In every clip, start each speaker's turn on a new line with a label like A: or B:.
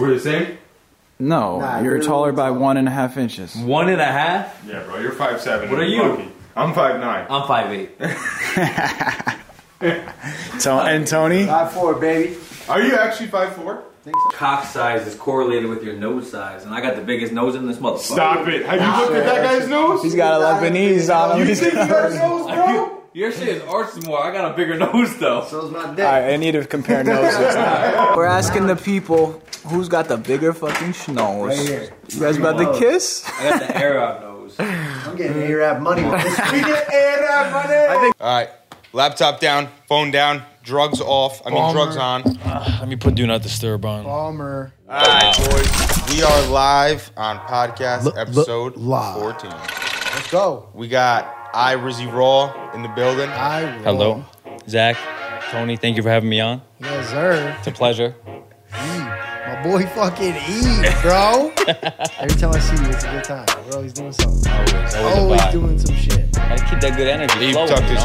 A: We're the same?
B: No,
C: Nah,
B: you're
C: you're
B: taller
C: really
B: by one and a half inches.
D: One and a half?
A: Yeah, bro. You're five seven.
D: What are you?
A: I'm five nine.
D: I'm five eight.
B: To- and Tony?
C: Five four, baby.
A: Are you actually five four?
C: Think so?
D: Cock size is correlated with your nose size, and I got the biggest nose in this motherfucker.
A: Stop it. Have you looked at that guy's nose?
B: He's got a Lebanese on
A: You
B: him.
A: think you got a nose, bro?
D: You- Your shit is arched more. I got a bigger nose though.
C: So's my dick.
B: All right, I need to compare noses. We're asking the people who's got the bigger fucking schnoz.
C: Right here.
B: You guys about to kiss?
D: I got the Arab nose.
C: I'm getting A-Rap money with this.
A: We get air that money.
E: All right. Laptop down, phone down, drugs off. I mean, drugs on.
F: Let me put Do Not Disturb on.
G: Palmer.
E: All right, boys. We are live on podcast
G: L- l-
E: episode
G: live.
E: 14.
G: Let's go.
E: We got I Rizzy Raw in the building.
G: I will.
F: Hello, Zach, Tony. Thank you for having me on.
G: Yes, sir.
F: It's a pleasure.
G: My boy fucking E, bro. Every time I see you, it's a good time. We're always doing something.
F: Always, always,
G: Always
F: a vibe.
G: doing some shit.
F: Gotta keep that good energy
E: He
F: flowing.
E: tucked
F: you
E: his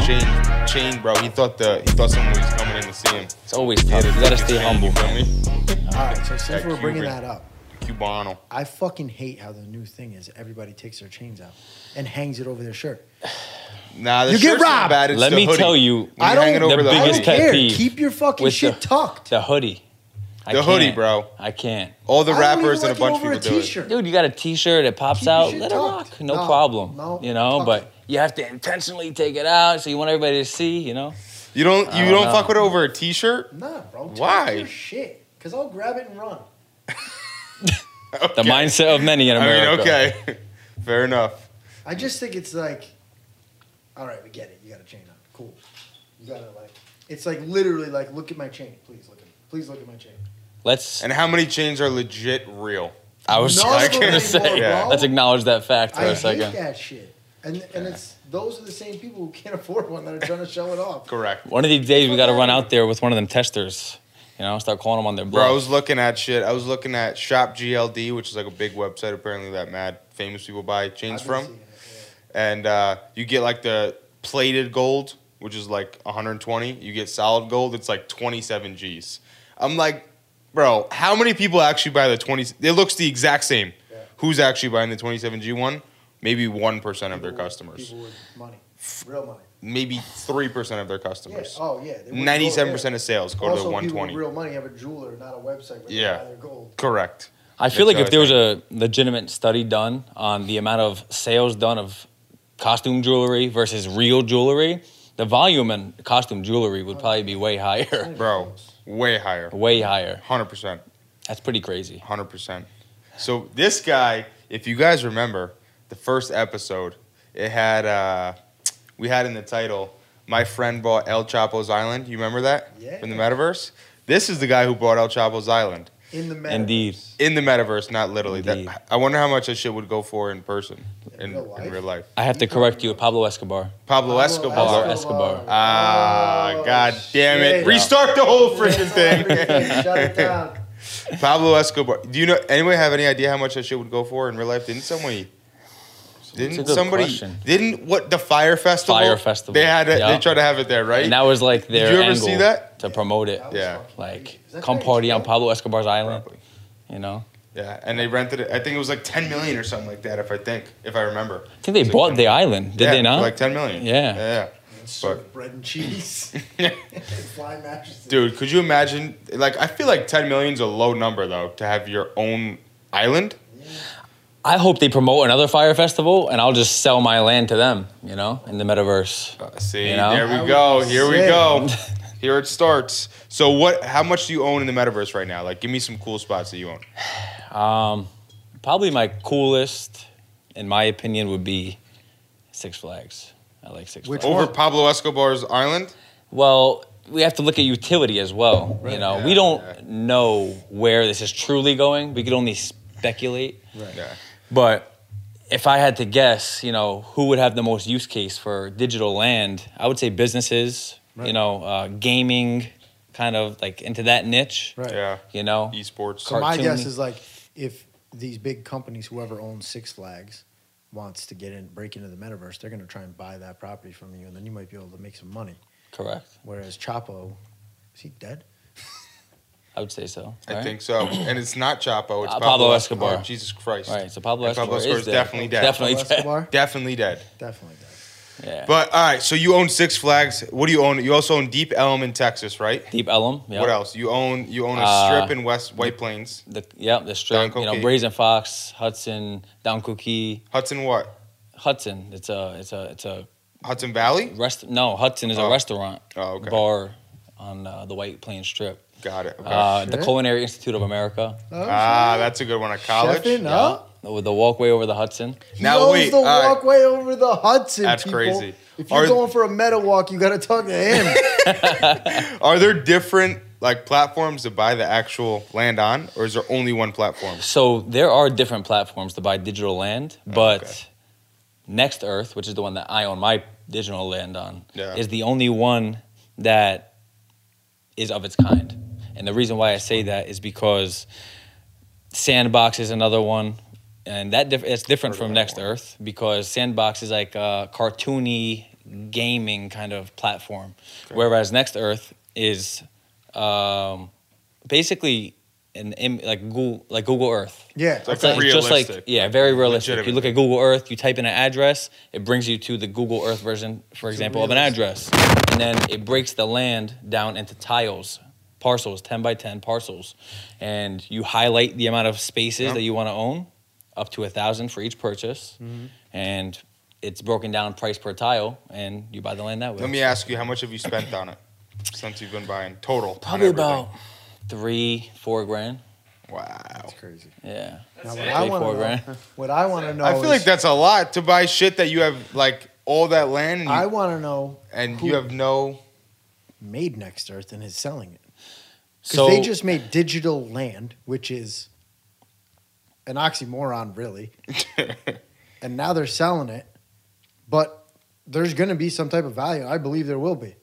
E: chain,
F: know?
E: chain, bro. He thought the he thought someone was coming in to see him.
F: It's always tough. You gotta stay humble.
E: You feel me?
G: All right, so since
E: That
G: we're bringing
E: Cuban.
G: that up,
E: Cubano.
G: I fucking hate how the new thing is everybody takes their chains out and hangs it over their shirt.
E: Nah, the
G: You get
E: shirt's not
G: robbed.
E: bad. It's
F: Let
E: the
F: me
E: hoodie.
F: tell you,
E: When
G: I
E: you hang it
G: don't-
E: over
F: the
G: I
F: biggest
G: don't
E: hoodie,
F: pet
G: care.
F: peeve
G: Keep your fucking
F: with
G: shit
F: the-
G: tucked.
F: The hoodie. I
E: The hoodie,
F: can't.
E: bro.
F: I can't.
E: all the
G: I don't even
E: rappers and a
G: like it
E: bunch of
G: over
E: people do it.
G: t-shirt.
F: Dude, you got a T-shirt. It pops
G: Keep your
F: out.
G: shit
F: Let it
G: tucked.
F: rock. No,
G: No,
F: problem.
G: no,
F: you know,
G: tuck
F: but
G: it.
F: you have to intentionally take it out so you want everybody to see. You know.
E: You don't you
F: I
E: don't
F: don't
E: fuck
F: know.
E: with it over a t-shirt?
G: Nah, bro. tuck
E: Why?
G: Your shit. Because I'll grab it and run.
F: The mindset of many in
E: I
F: America.
E: mean, okay. Fair enough.
G: I just think it's like, all right, we get it. You got a chain on. Cool. You gotta like, it's like literally like, look at my chain, please look at, please look at my chain.
F: Let's.
E: And how many chains are legit real?
F: I was
G: None
F: just
G: of them
F: gonna
G: anymore,
F: say.
G: bro.
F: Let's acknowledge that fact for
G: I
F: a
G: hate
F: second.
G: that shit. And and it's those are the same people who can't afford one that are trying to show it off.
E: Correct.
F: One of these days, we got to run out there with one of them testers. You know, start calling them on their
E: Bro, I
F: bluff.
E: was looking at shit. I was looking at Shop GLD, which is like a big website apparently that mad famous people buy chains
G: I've been
E: from.
G: seeing it,
E: And uh, you get like the plated gold, which is like 120. You get solid gold, it's like 27 G's. I'm like, bro, how many people actually buy the 20? It looks the exact same.
G: Yeah.
E: Who's actually buying the 27G one? Maybe 1%
G: yeah.
E: of
G: People
E: their
G: with-
E: customers.
G: People with money, real money.
E: Maybe 3% of their
G: Yeah.
E: customers.
G: Oh yeah. they would go there.
E: Ninety-seven percent of sales go
G: also,
E: to the one
G: people with
E: twenty.
G: real money have a jeweler, not a website. Where
E: Yeah.
G: yeah. They buy their gold.
E: Correct.
F: I feel like
E: That's
F: if there was a legitimate study done on the amount of sales done of costume jewelry versus real jewelry, the volume in costume jewelry would probably be way higher.
E: Bro, way higher.
F: way higher.
E: Hundred percent.
F: That's pretty crazy.
E: Hundred percent. So this guy, if you guys remember, the first episode, it had uh we had in the title, My friend bought El Chapo's Island. You remember that?
G: Yeah.
E: In the metaverse? This is the guy who bought El Chapo's Island.
G: In the metaverse.
F: Indeed.
E: In the metaverse, not literally.
F: Indeed.
E: That I wonder how much that shit would go for in person.
G: In
E: In,
G: real
E: in
G: life?
E: real life.
F: I have to correct you, Pablo Escobar.
E: Pablo
G: Pablo
E: Escobar.
F: Escobar. Escobar.
E: Ah,
G: Oh,
E: god damn it.
G: shit.
E: Restart the whole freaking thing.
G: Shut it down.
E: Pablo Escobar. Do you know anyone have any idea how much that shit would go for in real life? Didn't somebody?
F: a
E: Didn't
F: good
E: somebody?
F: question.
E: Didn't what the fire festival?
F: Fire festival,
E: They had it. They
F: yeah.
E: tried to have it there, right?
F: And that was like their
E: you ever
F: angle
E: see that?
F: to promote it.
G: That was
E: Yeah.
G: fucking
F: Like,
G: crazy. Is that
F: come
G: crazy,
F: party on
G: bro?
F: Pablo Escobar's island.
E: Probably.
F: You know,
E: Yeah, and they rented it. I think it was like ten million or something like that. If I think, if I remember,
F: I think they bought the island, did
E: yeah,
F: they not?
E: for like ten million.
F: Yeah.
E: yeah.
G: Serve bread and cheese. Fly mattresses.
E: Dude, could you imagine? Like, I feel like ten million is a low number though to have your own island.
F: I hope they promote another fire festival and I'll just sell my land to them, you know, in the metaverse.
E: Uh, see,
F: You know?
E: there
G: That
E: we
G: would
E: go.
G: be
E: Here we
G: sick.
E: go. Here it starts. So, what? How much do you own in the metaverse right now? Like, give me some cool spots that you own.
F: Um, probably my coolest, in my opinion, would be Six Flags. I like Six
G: Which-
F: Flags.
E: Over Pablo Escobar's island?
F: Well, we have to look at utility as well. you know, we
E: yeah,
F: don't
E: yeah.
F: know where this is truly going. We could only speculate.
E: Yeah.
F: But if I had to guess, you know, who would have the most use case for digital land? I would say businesses. You know, uh, gaming, kind of like into that niche.
G: Right.
E: Yeah.
F: You know,
E: Esports.
G: So my guess
F: cartoony.
G: is like if these big companies, whoever owns Six Flags, wants to get in, break into the metaverse, they're going to try and buy that property from you, and then you might be able to make some money.
F: correct.
G: Whereas Chapo, is he dead?
F: I would say so.
E: I
F: right?
E: think so. And it's not Chapo. It's
F: Uh,
E: Pablo,
F: Pablo
E: Escobar.
F: Escobar.
E: Jesus Christ.
F: All right, so Pablo
E: And
F: Escobar,
E: Pablo Escobar is
F: dead.
E: definitely dead.
F: Definitely
G: Pablo
F: dead.
G: Escobar?
E: Definitely dead.
G: Definitely. Dead.
F: Yeah.
E: But all right, so you own Six Flags. What do you own? You also own Deep Elm in Texas, right?
F: Deep Ellum. Yeah.
E: What else? You own you own a
F: Uh,
E: strip in West White Plains.
F: The, yeah, the strip.
E: Don
F: You know,
E: Cookie.
F: Brazen Fox, Hudson, Down Cookie,
E: Hudson what?
F: Hudson. It's a it's a it's a
E: Hudson Valley?
F: rest. No, Hudson is
E: Oh.
F: a restaurant
E: Oh, okay.
F: bar on uh, the White Plains Strip.
E: Got it. Okay.
F: Uh, the
G: shit.
F: Culinary Institute of America.
G: Oh,
E: ah, that's a good one. At college.
G: Chefing up.
F: Yeah, with the walkway over the Hudson.
E: Now
G: he owns
E: wait,
G: the
E: all right.
G: walkway over the Hudson.
E: That's
G: people.
E: crazy.
G: If you're
E: Are-
G: going for a meta walk, you got to talk to him.
E: Are there different like platforms to buy the actual land on, or is there only one platform?
F: So there are different platforms to buy digital land, but
E: Oh, okay.
F: Next Earth, which is the one that I own my digital land on,
E: Yeah.
F: is the only one that is of its kind. And the reason why I say that is because Sandbox is another one, and that diff- it's different from Next Earth because Sandbox is like a cartoony gaming kind of platform, whereas Next Earth is um, basically an im- like Google like Google Earth.
G: yeah.
E: like
F: It's, like, it's just
E: realistic.
F: like yeah, very realistic. You
E: Legitimate.
F: look at Google Earth, you type in an address, it brings you to the Google Earth version, for example, of an address, and then it breaks the land down into tiles, parcels, ten by ten parcels, and you highlight the amount of spaces
E: Yep.
F: that you want to own, up to a thousand for each purchase,
E: Mm-hmm.
F: and it's broken down price per tile, and you buy the land that way.
E: Let me ask you, how much have you spent on it since you've been buying total? on
F: Probably
E: everything?
F: about three, four grand.
E: Wow.
G: crazy.
F: Yeah,
G: Now, what I
F: Three,
G: want
F: four
G: to know,
F: grand.
G: what I want to know,
E: I feel
G: is,
E: like that's a lot to buy shit that you have like all that land and you,
G: I want to know
E: and
G: who-
E: you have no.
G: made Next Earth and is selling it because
F: So
G: they just made digital land, which is an oxymoron, really. and now they're selling it, but there's going to be some type of value. I believe there will be.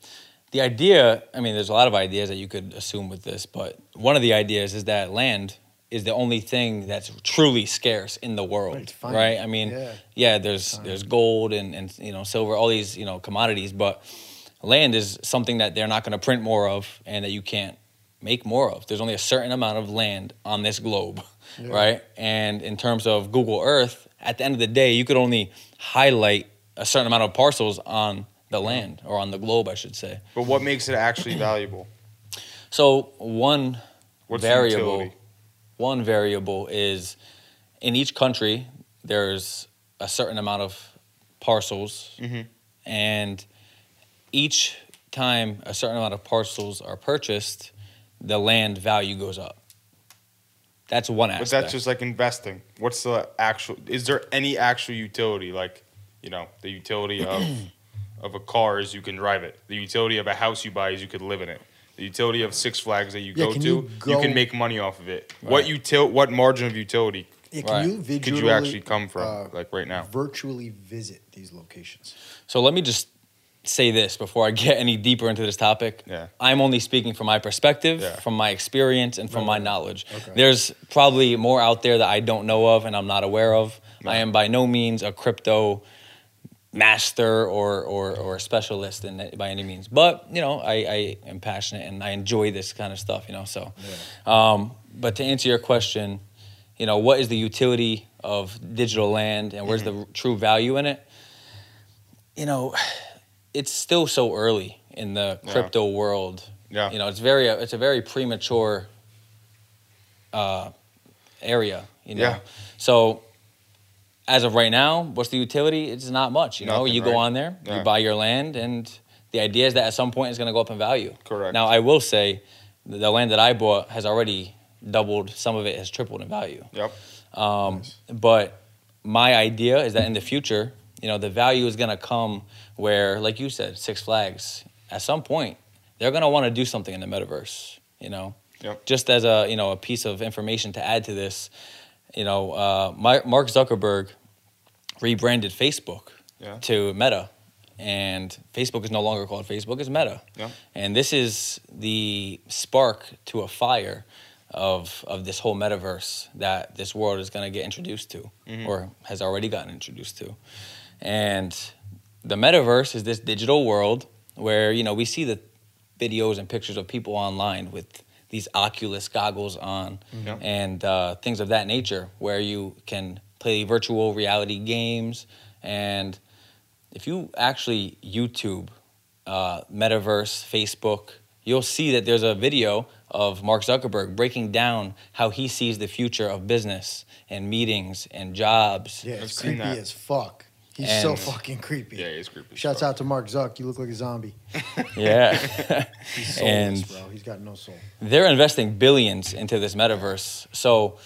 F: the idea i mean there's a lot of ideas that you could assume with this but one of the ideas is that land is the only thing that's truly scarce in the world
G: It's funny.
F: right i mean
G: Yeah.
F: yeah, there's there's gold and and you know silver all these you know commodities but land is something that they're not going to print more of and that you can't make more of there's only a certain amount of land on this globe right and in terms of google earth at the end of the day you could only highlight a certain amount of parcels on the land or on the globe i should say
E: But what makes it actually valuable?
F: so one
E: What's the
F: variable,
E: utility?
F: one variable is in each country there's a certain amount of parcels,
E: Mm-hmm.
F: and each time a certain amount of parcels are purchased, the land value goes up. That's one
E: But
F: aspect.
E: that's just like investing. What's the actual? Is there any actual utility? Like, you know, the utility of of a car is you can drive it. The utility of a house you buy is you could live in it. The utility of Six Flags that you
G: Yeah,
E: go
G: can
E: to,
G: you
E: you,
G: go-
E: can make money off of it.
F: Right.
E: What util? What margin of utility
G: Yeah, can
F: Right.
G: you visually,
E: could you actually come from?
G: uh,
E: like right now.
G: virtually visit these locations?
F: So let me just say this before I get any deeper into this topic.
E: Yeah.
F: I'm only speaking from my perspective,
E: Yeah.
F: from my experience, and from my knowledge.
G: Okay.
F: There's probably more out there that I don't know of and I'm not aware of. I am by no means a crypto master or or, or specialist in it by any means. But you know, I, I am passionate and I enjoy this kind of stuff. You know, so. Um, but to answer your question, you know, what is the utility of digital land and where's
E: Mm-hmm.
F: the true value in it? You know, it's still so early in the
E: Yeah.
F: crypto world.
E: Yeah.
F: You know, it's very it's a very premature uh, area. You know,
E: Yeah.
F: so as of right now, what's the utility? It's not much. You know,
E: Nothing,
F: you go
E: right?
F: on there,
E: Yeah.
F: you buy your land, and the idea is that at some point it's going to go up in value.
E: Correct.
F: Now, I will say th- the land that I bought has already doubled. Some of it has tripled in value.
E: Yep.
F: Um, But my idea is that in the future, you know, the value is going to come where, like you said, Six Flags, at some point, they're going to want to do something in the metaverse, you know?
E: Yep.
F: Just as a, you know, a piece of information to add to this, you know, uh, Mar- Mark Zuckerberg rebranded Facebook
E: Yeah.
F: to Meta. And Facebook is no longer called Facebook, it's Meta.
E: Yeah.
F: And this is the spark to a fire of, of this whole metaverse that this world is going to get introduced to or has already gotten introduced to. And the metaverse is this digital world where, you know, we see the videos and pictures of people online with these Oculus goggles on
E: Yeah.
F: and uh, things of that nature, where you can play virtual reality games. And if you actually YouTube uh, Metaverse, Facebook, you'll see that there's a video of Mark Zuckerberg breaking down how he sees the future of business and meetings and jobs.
G: Yeah,
E: I've
G: it's
E: seen
G: creepy
E: that.
G: as fuck. He's
F: And-
G: so fucking creepy.
E: Yeah, he's creepy. as
G: Shouts
E: fuck.
G: out to Mark Zuck. You look like a zombie.
F: Yeah.
G: He's
F: And-
G: soulless, bro. He's got no soul.
F: they're investing billions into this metaverse. So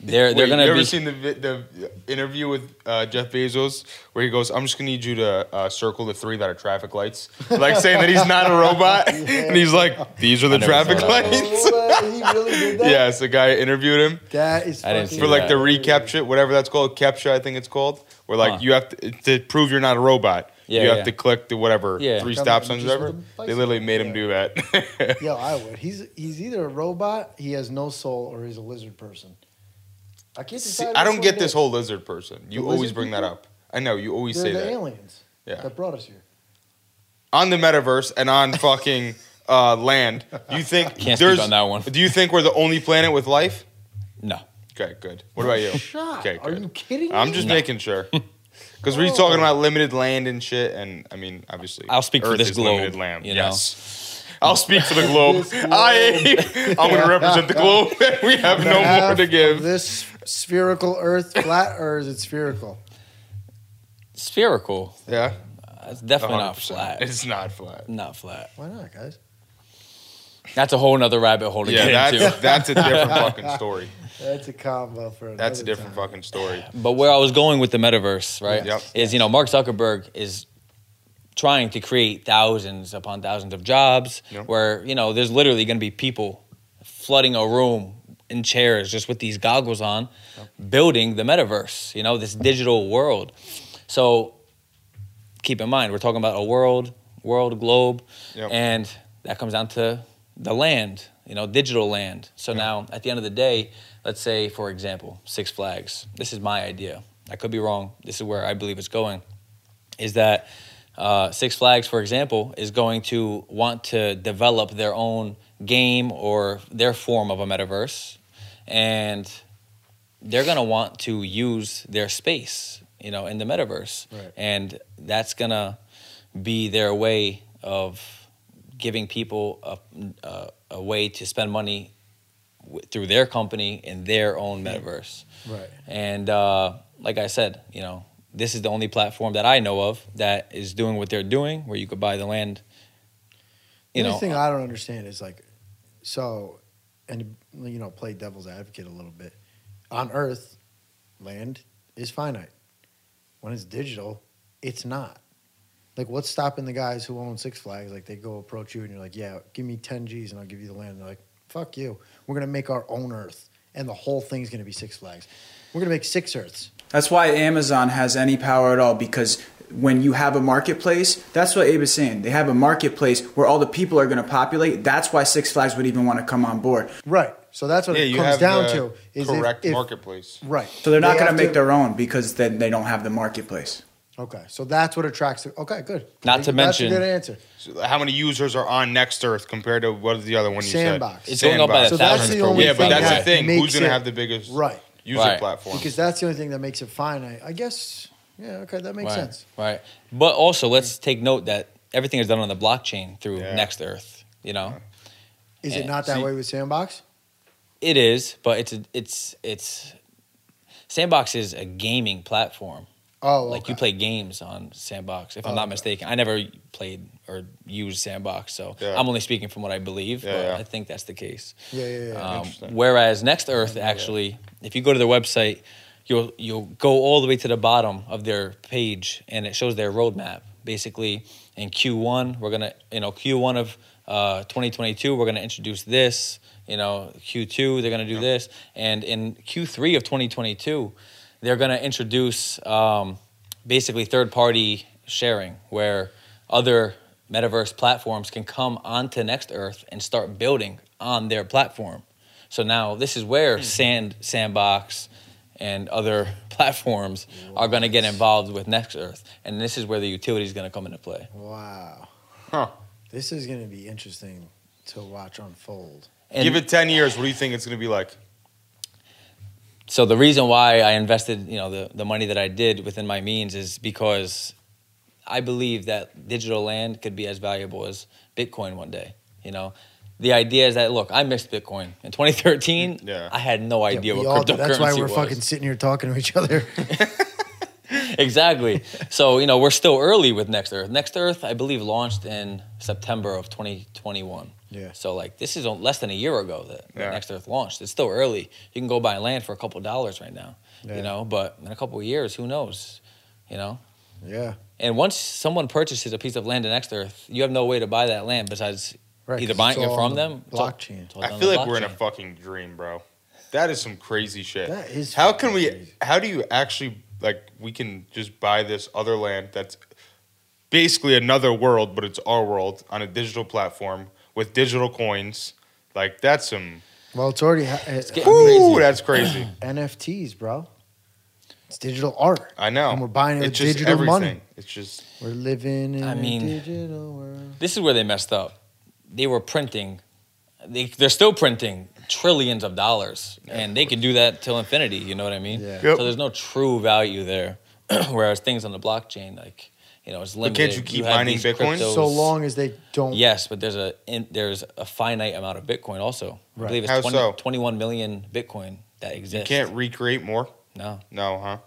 F: they're they're
E: Wait,
F: going
E: you
F: to
E: ever
F: be
E: seen the vi- the interview with uh, Jeff Bezos where he goes, "I'm just gonna need you to uh, circle the three that are traffic lights," like saying that he's not a robot, and he's like, "These are the
F: never saw
E: traffic
F: that one.
E: lights."
G: Oh, What? He really did that?
E: yes, the guy interviewed him
G: That is
F: I
G: fucking
F: didn't see
E: for like
F: that.
E: the recapture, whatever that's called, capture, I think it's called, where like
F: Huh.
E: you have to to prove you're not a robot.
F: Yeah,
E: you have
F: yeah.
E: to click the whatever
F: Yeah.
E: three
G: Come
E: stop
G: on,
E: signs,
G: just
E: whatever.
G: with a
E: They literally made him
G: bicycle.
E: do that.
G: Yo, I would. He's he's either a robot, he has no soul, or he's a lizard person. I can't
E: See,
G: decide.
E: I
G: which
E: don't
G: one
E: get
G: it
E: this
G: is.
E: whole lizard person. You
G: The
E: always
G: lizard
E: bring that
G: people?
E: up. I know you always
G: They're
E: say
G: the
E: that.
G: aliens
E: Yeah.
G: that brought us here.
E: on the metaverse and on fucking uh, land, do you think
F: Can't speak
E: there's
F: on that one.
E: Do you think we're the only planet with life?
F: no.
E: Okay, good. What about you?
G: Shot.
E: Okay,
G: Are
E: good.
G: you Oh. kidding me?
E: I'm just
F: No.
E: making sure. Because we're talking about limited land and shit, and I mean, obviously,
F: I'll speak for
E: Earth
F: this
E: is
F: globe,
E: Limited land,
F: you know?
E: yes. I'll speak for the globe. I, I'm going to represent the globe. we have
G: The
E: no more
G: half
E: to
G: of
E: give.
G: This spherical Earth flat, or is it spherical?
F: Spherical.
E: Yeah,
F: Uh, It's definitely not
E: 100%.
F: flat.
E: It's not flat.
F: not flat.
G: Why not, guys?
F: That's a whole nother rabbit hole to
E: Yeah,
F: get into.
E: that's that's a different fucking story.
G: That's a combo for.
E: That's a
G: another
E: different
G: time.
E: fucking story.
F: But where I was going with the metaverse, right,
E: Yes.
F: is you know Mark Zuckerberg is trying to create thousands upon thousands of jobs
E: Yeah.
F: where you know there's literally going to be people flooding a room in chairs just with these goggles on, building the metaverse. You know this digital world. So keep in mind we're talking about a world, world globe,
E: Yep.
F: and that comes down to the land. You know, digital land. So now, at the end of the day, let's say, for example, Six Flags. This is my idea. I could be wrong. This is where I believe it's going. Is that uh, Six Flags, for example, is going to want to develop their own game or their form of a metaverse, and they're going to want to use their space, you know, in the metaverse,
G: Right.
F: and that's going to be their way of giving people a, a, a way to spend money w- through their company in their own metaverse.
G: Right.
F: And uh, like I said, you know, this is the only platform that I know of that is doing what they're doing, where you could buy the land.
G: the
F: You know,
G: only
B: uh,
G: thing I don't understand is like, so, and you know, play devil's advocate a little bit. On Earth, land is finite. When it's digital, it's not. Like, what's stopping the guys who own Six Flags? Like, they go approach you and you're like, "Yeah, give me ten G's and I'll give you the land." And they're like, "Fuck you. We're gonna make our own Earth, and the whole thing's gonna be Six Flags. We're gonna make six Earths."
B: That's why Amazon has any power at all because when you have a marketplace, that's what Abe is saying. They have a marketplace where all the people are going to populate. That's why Six Flags would even want to come on board.
G: Right. So that's what
E: yeah,
G: it
E: you
G: comes
E: have
G: down
E: the
G: to. Is if-
E: correct
G: if-
E: marketplace.
G: Right.
B: So they're not
G: They
B: going to
G: have
B: make their own because then they don't have the marketplace.
G: Okay, so that's what attracts. It. Okay, good.
F: Not to
G: That's
F: mention-
G: a good answer.
E: So how many users are on Next Earth compared to what is the other one you
G: Sandbox.
E: said?
F: It's going up by
E: Sandbox.
F: a
G: So that's
F: thousand
G: the
F: per
G: only
F: week.
E: yeah, but
G: thing
E: that's
G: that
E: the thing. Who's
G: makes
E: going to
G: it-
E: have the biggest
G: Right.
E: user
F: Right.
E: platform?
G: Because that's the only thing that makes it finite. I guess. Yeah. Okay, that makes
F: right,
G: sense.
F: Right. But also, let's take note that everything is done on the blockchain through
E: Yeah.
F: Next Earth. You know,
G: Is
F: Yeah,
G: it not that
E: see-
G: way with Sandbox?
F: it is, but it's a, it's it's Sandbox is a gaming platform.
G: Oh,
F: Like you
G: okay.
F: play games on Sandbox, if I'm
G: Oh,
F: not
G: okay.
F: mistaken. I never played or used Sandbox, so
E: Yeah.
F: I'm only speaking from what I believe.
E: Yeah,
F: but
E: yeah.
F: I think that's the case.
G: Yeah, yeah, yeah.
F: Um,
E: Interesting.
F: whereas Next Earth actually, if you go to their website, you'll you'll go all the way to the bottom of their page, and it shows their roadmap. Basically, in Q1, we're gonna you know Q1 of uh, 2022, we're gonna introduce this. You know Q2, they're gonna do this, and in Q3 of 2022, they're gonna introduce um, basically third party sharing where other metaverse platforms can come onto Next Earth and start building on their platform. So now this is
E: Hmm.
F: where Sand Sandbox and other platforms are going to get involved with Next Earth, and this is where the utility is going to come into play.
G: Wow.
E: Huh.
G: This is going to be interesting to watch unfold.
F: And
E: Give it ten years. What do you think it's going to be like?
F: so the reason why I invested, you know, the, the money that I did within my means is because I believe that digital land could be as valuable as Bitcoin one day. You know, the idea is that look, I missed Bitcoin in 2013.
E: Yeah.
F: I had no idea
G: we all
F: what
G: do.
F: cryptocurrency
G: That's why we're
F: was.
G: fucking sitting here talking to each other.
F: exactly. So you know, we're still early with Next Earth. Next Earth, I believe, launched in September of 2021.
G: Yeah.
F: So like, this is o- less than a year ago that that
E: Yeah.
F: Next Earth launched. It's still early. You can go buy land for a couple dollars right now.
G: Yeah.
F: You know, but in a couple of years, who knows? You know.
G: yeah.
F: And once someone purchases a piece of land in Next Earth, you have no way to buy that land besides
G: Right,
F: either
G: 'cause
F: buying
G: it's
F: it
G: all
F: from
G: on the
F: them. It's all-
G: blockchain.
F: it's all done
E: I
F: on
E: feel
F: the
E: like we're in a
F: blockchain.
E: fucking dream, bro. That is some crazy shit.
G: That is
E: How can we?
G: fucking crazy.
E: How do you actually like? We can just buy this other land that's basically another world, but it's our world on a digital platform with digital coins. Like that's some.
G: Well, it's already ha- it's
F: getting-
E: Ooh, that's crazy.
G: NFTs, bro. It's digital art.
E: I know.
G: And we're buying it with
E: it's just
G: digital money.
E: everything. It's just
G: We're living in
F: I mean-
G: a digital world.
F: This is where they messed up. They were printing. They, they're still printing trillions of dollars, and they could do that till infinity. You know what I mean?
G: Yeah.
E: Yep.
F: So there's no true value there. Whereas things on the blockchain, like you know, it's
E: But
F: limited.
E: can't you keep
F: have
E: mining
F: these
E: Bitcoin?
F: cryptos-
G: So long as they don't.
F: Yes, but there's a in, there's a finite amount of Bitcoin. Also, I
G: Right.
F: believe it's
E: How
F: 20
E: so?
F: 21 million Bitcoin that exists.
E: can't recreate more.
F: no.
E: No, huh?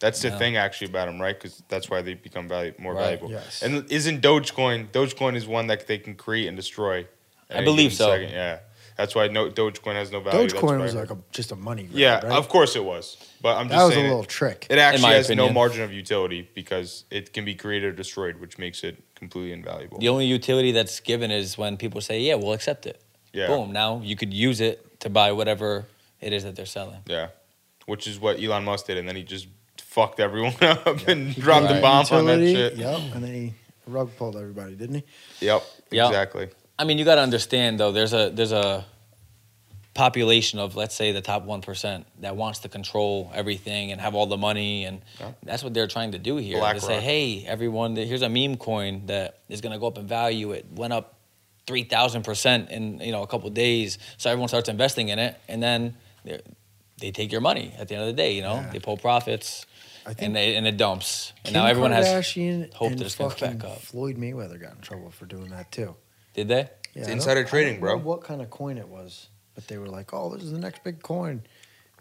E: That's the
F: No.
E: thing actually about them, right? Because that's why they become valu- more
F: Right.
E: valuable.
G: Yes.
E: And isn't Dogecoin? Dogecoin is one that they can create and destroy. at
F: I
E: any
F: believe
E: given
F: so.
E: second. Yeah, that's why no Dogecoin has no value. That's
G: Dogecoin
E: why-
G: was like a, just a money grab.
E: yeah,
G: right?
E: of course it was, but I'm just
G: that was a
E: saying it-
G: little trick.
E: it, actually
F: my
E: has no
F: opinion.
E: margin of utility because it can be created or destroyed, which makes it completely invaluable.
F: The only utility that's given is when people say, "Yeah, we'll accept it."
E: Yeah,
F: Boom. Now you could use it to buy whatever it is that they're selling.
E: yeah, which is what Elon Musk did, and then he just fucked everyone up and dropped the
F: Right.
E: bomb on that
G: Utility,
E: shit.
G: Yep. And then he rug pulled everybody, didn't he?
E: Yep,
F: Yeah.
E: exactly.
F: I mean, you got to understand though. There's a there's a population of let's say the top one percent that wants to control everything and have all the money, and
E: Yeah.
F: that's what they're trying to do here.
E: Black
F: they say,
E: Rock.
F: hey, everyone, th- here's a meme coin that is going to go up in value. It went up three thousand percent in you know a couple days, so everyone starts investing in it, and then they they take your money at the end of the day. You know,
G: Yeah.
F: they pull profits.
G: I think
F: And, they, and it dumps.
G: Kim
F: And now everyone has.
G: Kardashian
F: hope
G: and
F: that it's gonna
G: fucking
F: back up.
G: Floyd Mayweather got in trouble for doing that too.
F: Did they?
G: Yeah, I
E: It's
G: don't-
E: insider
G: I don't
E: trading, bro.
G: know what kind of coin it was, but they were like, "Oh, this is the next big coin."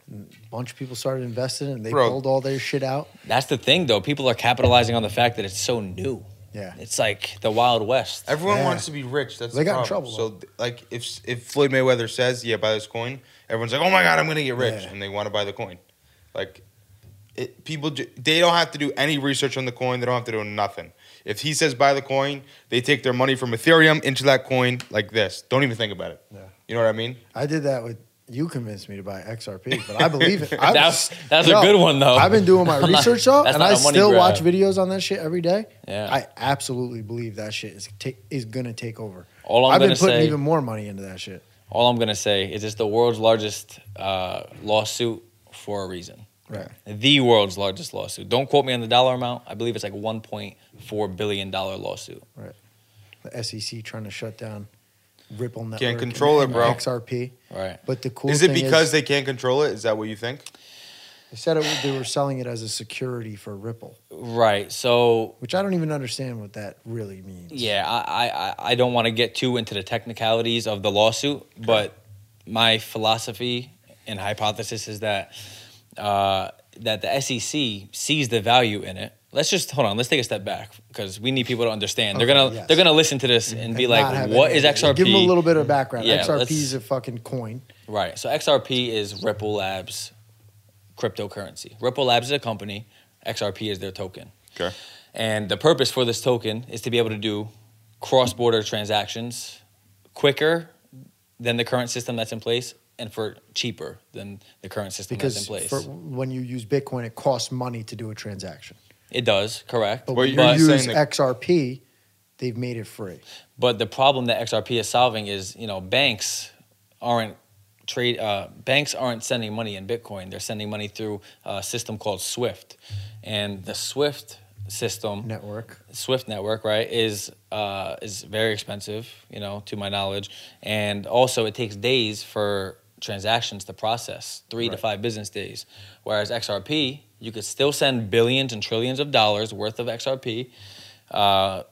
G: And a bunch of people started investing, and they
E: Bro.
G: pulled all their shit out.
F: That's the thing, though. People are capitalizing on the fact that it's so new.
G: Yeah,
F: It's like the Wild West.
E: Everyone
G: Yeah.
E: wants to be rich. That's
G: They
E: the
G: got in
E: problem.
G: trouble,
E: So, th- like, if if Floyd Mayweather says, "Yeah, buy this coin," everyone's like, "Oh my god, I'm gonna get rich,"
G: Yeah.
E: and they want to buy the coin. Like, it, people ju- they don't have to do any research on the coin. They don't have to do nothing. If he says buy the coin, they take their money from Ethereum into that coin like this. Don't even think about it.
G: Yeah.
E: You know what I mean?
G: I did that with. You convinced me to buy XRP, but I believe it. I
F: That was- that was a good one, though.
G: I've been doing my
F: I'm not-
G: research though,
F: that's
G: and
F: not
G: I
F: a money
G: still
F: grab.
G: watch videos on that shit every day.
F: Yeah.
G: I absolutely believe that shit is ta- is gonna take over.
F: All I'm
G: I've been
F: gonna
G: putting
F: say-
G: even more money into that shit.
F: All I'm gonna say is it's the world's largest uh, lawsuit for a reason.
G: Right.
F: The world's largest lawsuit. Don't quote me on the dollar amount. I believe it's like 1.4 billion dollar lawsuit.
G: the SEC trying to shut down Ripple Network.
E: Can't control it, bro.
G: XRP.
F: Right.
G: But the cool
E: is it
G: thing
E: because
G: is,
E: they can't control it? Is that what you think?
G: they said it, they were selling it as a security for Ripple,
F: Right. So
G: which I don't even understand what that really means.
F: yeah, I I- I, I don't want to get too into the technicalities of the lawsuit, but my philosophy and hypothesis is that uh, that the SEC sees the value in it. Let's just hold on. Let's take a step back because we need people to understand. they're
G: Okay,
F: gonna
G: yes. Mm-hmm.
F: they're gonna listen to this and, be
G: And not
F: like,
G: have
F: "What
G: any
F: is
G: idea.
F: XRP?"
G: Give them a little bit of background.
F: Yeah,
G: XRP is a
F: let's-
G: fucking coin.
F: Right. So XRP is Ripple Labs cryptocurrency. Ripple Labs is a company. XRP is their token.
E: Okay.
F: And the purpose for this token is to be able to do cross-border transactions quicker than the current system that's in place and for cheaper than the current system
G: Because
F: that's in place.
G: for, when you use Bitcoin, it costs money to do a transaction.
F: it does, correct.
G: But
E: But
G: when
E: you're
G: you
E: not saying
G: use
E: that-
G: XRP, they've made it free.
F: But the problem that XRP is solving is, you know, banks aren't trade. Uh, banks aren't sending money in Bitcoin. They're sending money through a system called SWIFT, and the SWIFT system,
G: network.
F: Swift network, right, is uh, is very expensive, you know, to my knowledge, and also it takes days for transactions to process, three to five business days. Whereas XRP, you could still send billions and trillions of dollars worth of XRP, uh,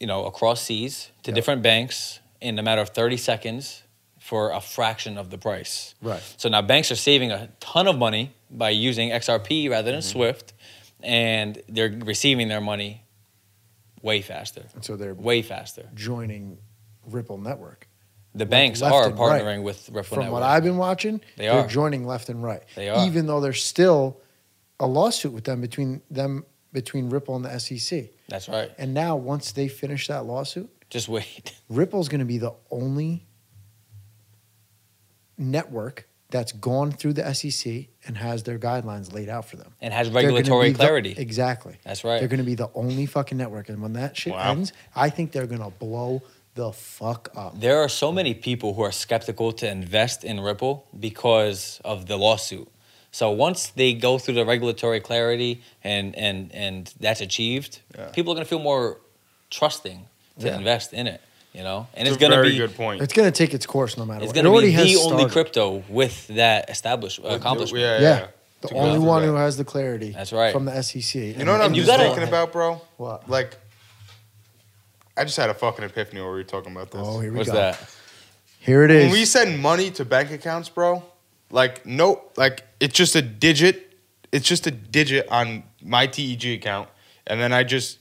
F: you know, across seas to different banks in a matter of thirty seconds for a fraction of the price.
G: Right.
F: So now banks are saving a ton of money by using XRP rather than
G: Mm-hmm.
F: Swift, and they're receiving their money way faster.
G: So they're
F: Way faster.
G: joining Ripple Network.
F: The banks
G: left
F: are
G: and right.
F: partnering with Ripple
G: From
F: Network.
G: what I've been watching,
F: They
G: are
F: are.
G: joining left and right.
F: They are.
G: Even though there's still a lawsuit with them between them between Ripple and the SEC.
F: That's right.
G: And now once they finish that lawsuit,
F: Just wait.
G: Ripple's going to be the only network that's gone through the SEC and has their guidelines laid out for them.
F: And has
G: They're gonna
F: regulatory
G: be the-
F: clarity.
G: exactly.
F: That's right.
G: They're going to be the only fucking network. And when that shit
E: Wow.
G: ends, I think they're going to blow the fuck up.
F: there are so many people who are skeptical to invest in Ripple because of the lawsuit. So once they go through the regulatory clarity and and and that's achieved, people are going to feel more trusting to
G: Yeah.
F: invest in it. You know, and
E: It's
F: it's,
E: a
F: going to
E: very
F: be
E: good point.
G: It's going to take its course no matter
F: it's
G: what.
F: going to
G: already
F: be the
G: has
F: only
G: started.
F: crypto with that established accomplishment.
E: Yeah,
G: Yeah.
E: yeah. yeah.
G: The
E: To
G: only
E: go through
G: one
E: that.
G: who has the clarity.
F: That's right.
G: From the E SEC.
E: You know what I'm
F: you
E: just
F: gotta-
E: thinking about, bro?
G: What?
E: Like, I just had a fucking epiphany while we were talking about this.
G: Oh, here we
F: What's
G: go.
F: that?
G: Here it
E: when
G: is.
E: we send money to bank accounts, bro, like no, like it's just a digit. It's just a digit on my TEG account, and then I just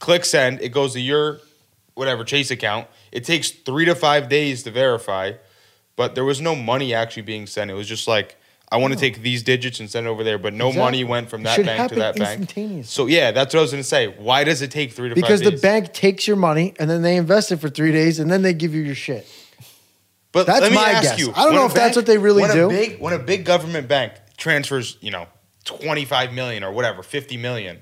E: click send. It goes to your whatever Chase account. It takes three to five days to verify, but there was no money actually being sent. It was just like I want to take these digits and send it over there, but no
G: Exactly.
E: money went from
G: Oh. It
E: that
G: should
E: bank to
G: happen
E: that bank.
G: instantaneously.
E: So yeah, that's what I was gonna say. Why does it take three to
G: because
E: five
G: the
E: days?
G: bank takes your money and then they invest it for three days and then they give you your shit.
E: But
G: That's
E: let me
G: my
E: ask
G: guess.
E: you.
G: I don't
E: when
G: know
E: a
G: if that's what they really
E: when
G: do.
E: A big, when a big government bank transfers, you know, twenty five million or whatever, fifty million,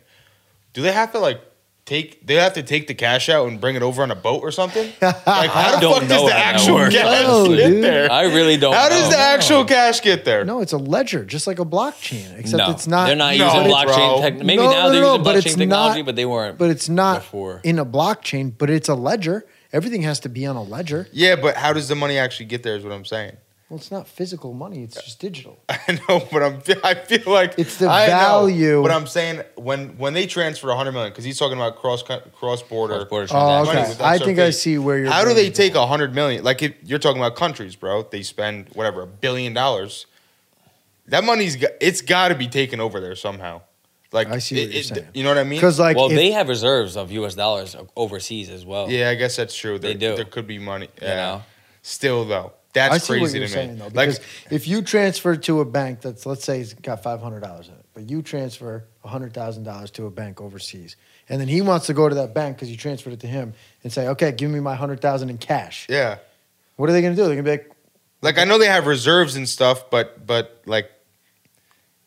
E: do they have to like take? They have to take the cash out and bring it over on a boat or something? Like how
F: I
E: the
F: don't
E: fuck does
F: know
E: the
F: how that
E: actual
F: works,
E: cash
G: honestly.
E: get
G: Dude.
E: there?
F: I really don't.
E: How
F: know.
E: does the actual cash get there?
G: No, it's a ledger, just like a blockchain, except
F: no,
G: it's not.
F: They're not
E: No,
F: using
E: bro.
F: blockchain. Tech- maybe
G: No,
F: now
G: no,
F: they're
G: no,
F: using
G: but
F: blockchain
G: it's
F: technology,
G: not-
F: but they weren't.
G: But it's not
F: Before.
G: in a blockchain, but it's a ledger. Everything has to be on a ledger.
E: Yeah, but how does the money actually get there? Is what I'm saying.
G: Well, it's not physical money; it's just digital.
E: I know, but I'm. I feel like
G: It's the
E: I know,
G: value.
E: but I'm saying when when they transfer 100 million, because he's talking about cross cross border
F: Cross-border
G: Oh,
F: transactions.
G: okay.
E: with
G: I think
E: XRP.
G: I see where you're.
E: How do
G: going
E: they
G: with
E: take a hundred million? Like if you're talking about countries, bro. They spend whatever a billion dollars. That money's got, it's got to be taken over there somehow. Like
G: I see what you're saying.
E: You know what I mean?
G: Because like,
F: well,
G: if-
F: they have reserves of U.S. dollars overseas as well.
E: yeah, I guess that's true. There,
F: They do.
E: There could be money.
F: You
E: yeah.
F: know?
E: Still though,
G: I
E: that's
G: see what
E: crazy
G: you're
E: to me.
G: saying though, because
E: like
G: if you transfer to a bank that's let's say it's got five hundred dollars in it, but you transfer hundred thousand dollars to a bank overseas, and then he wants to go to that bank because you transferred it to him and say, okay, give me my hundred thousand in cash.
E: yeah,
G: What are they going to do? They're going to be like,
E: like I know they have reserves and stuff, but but like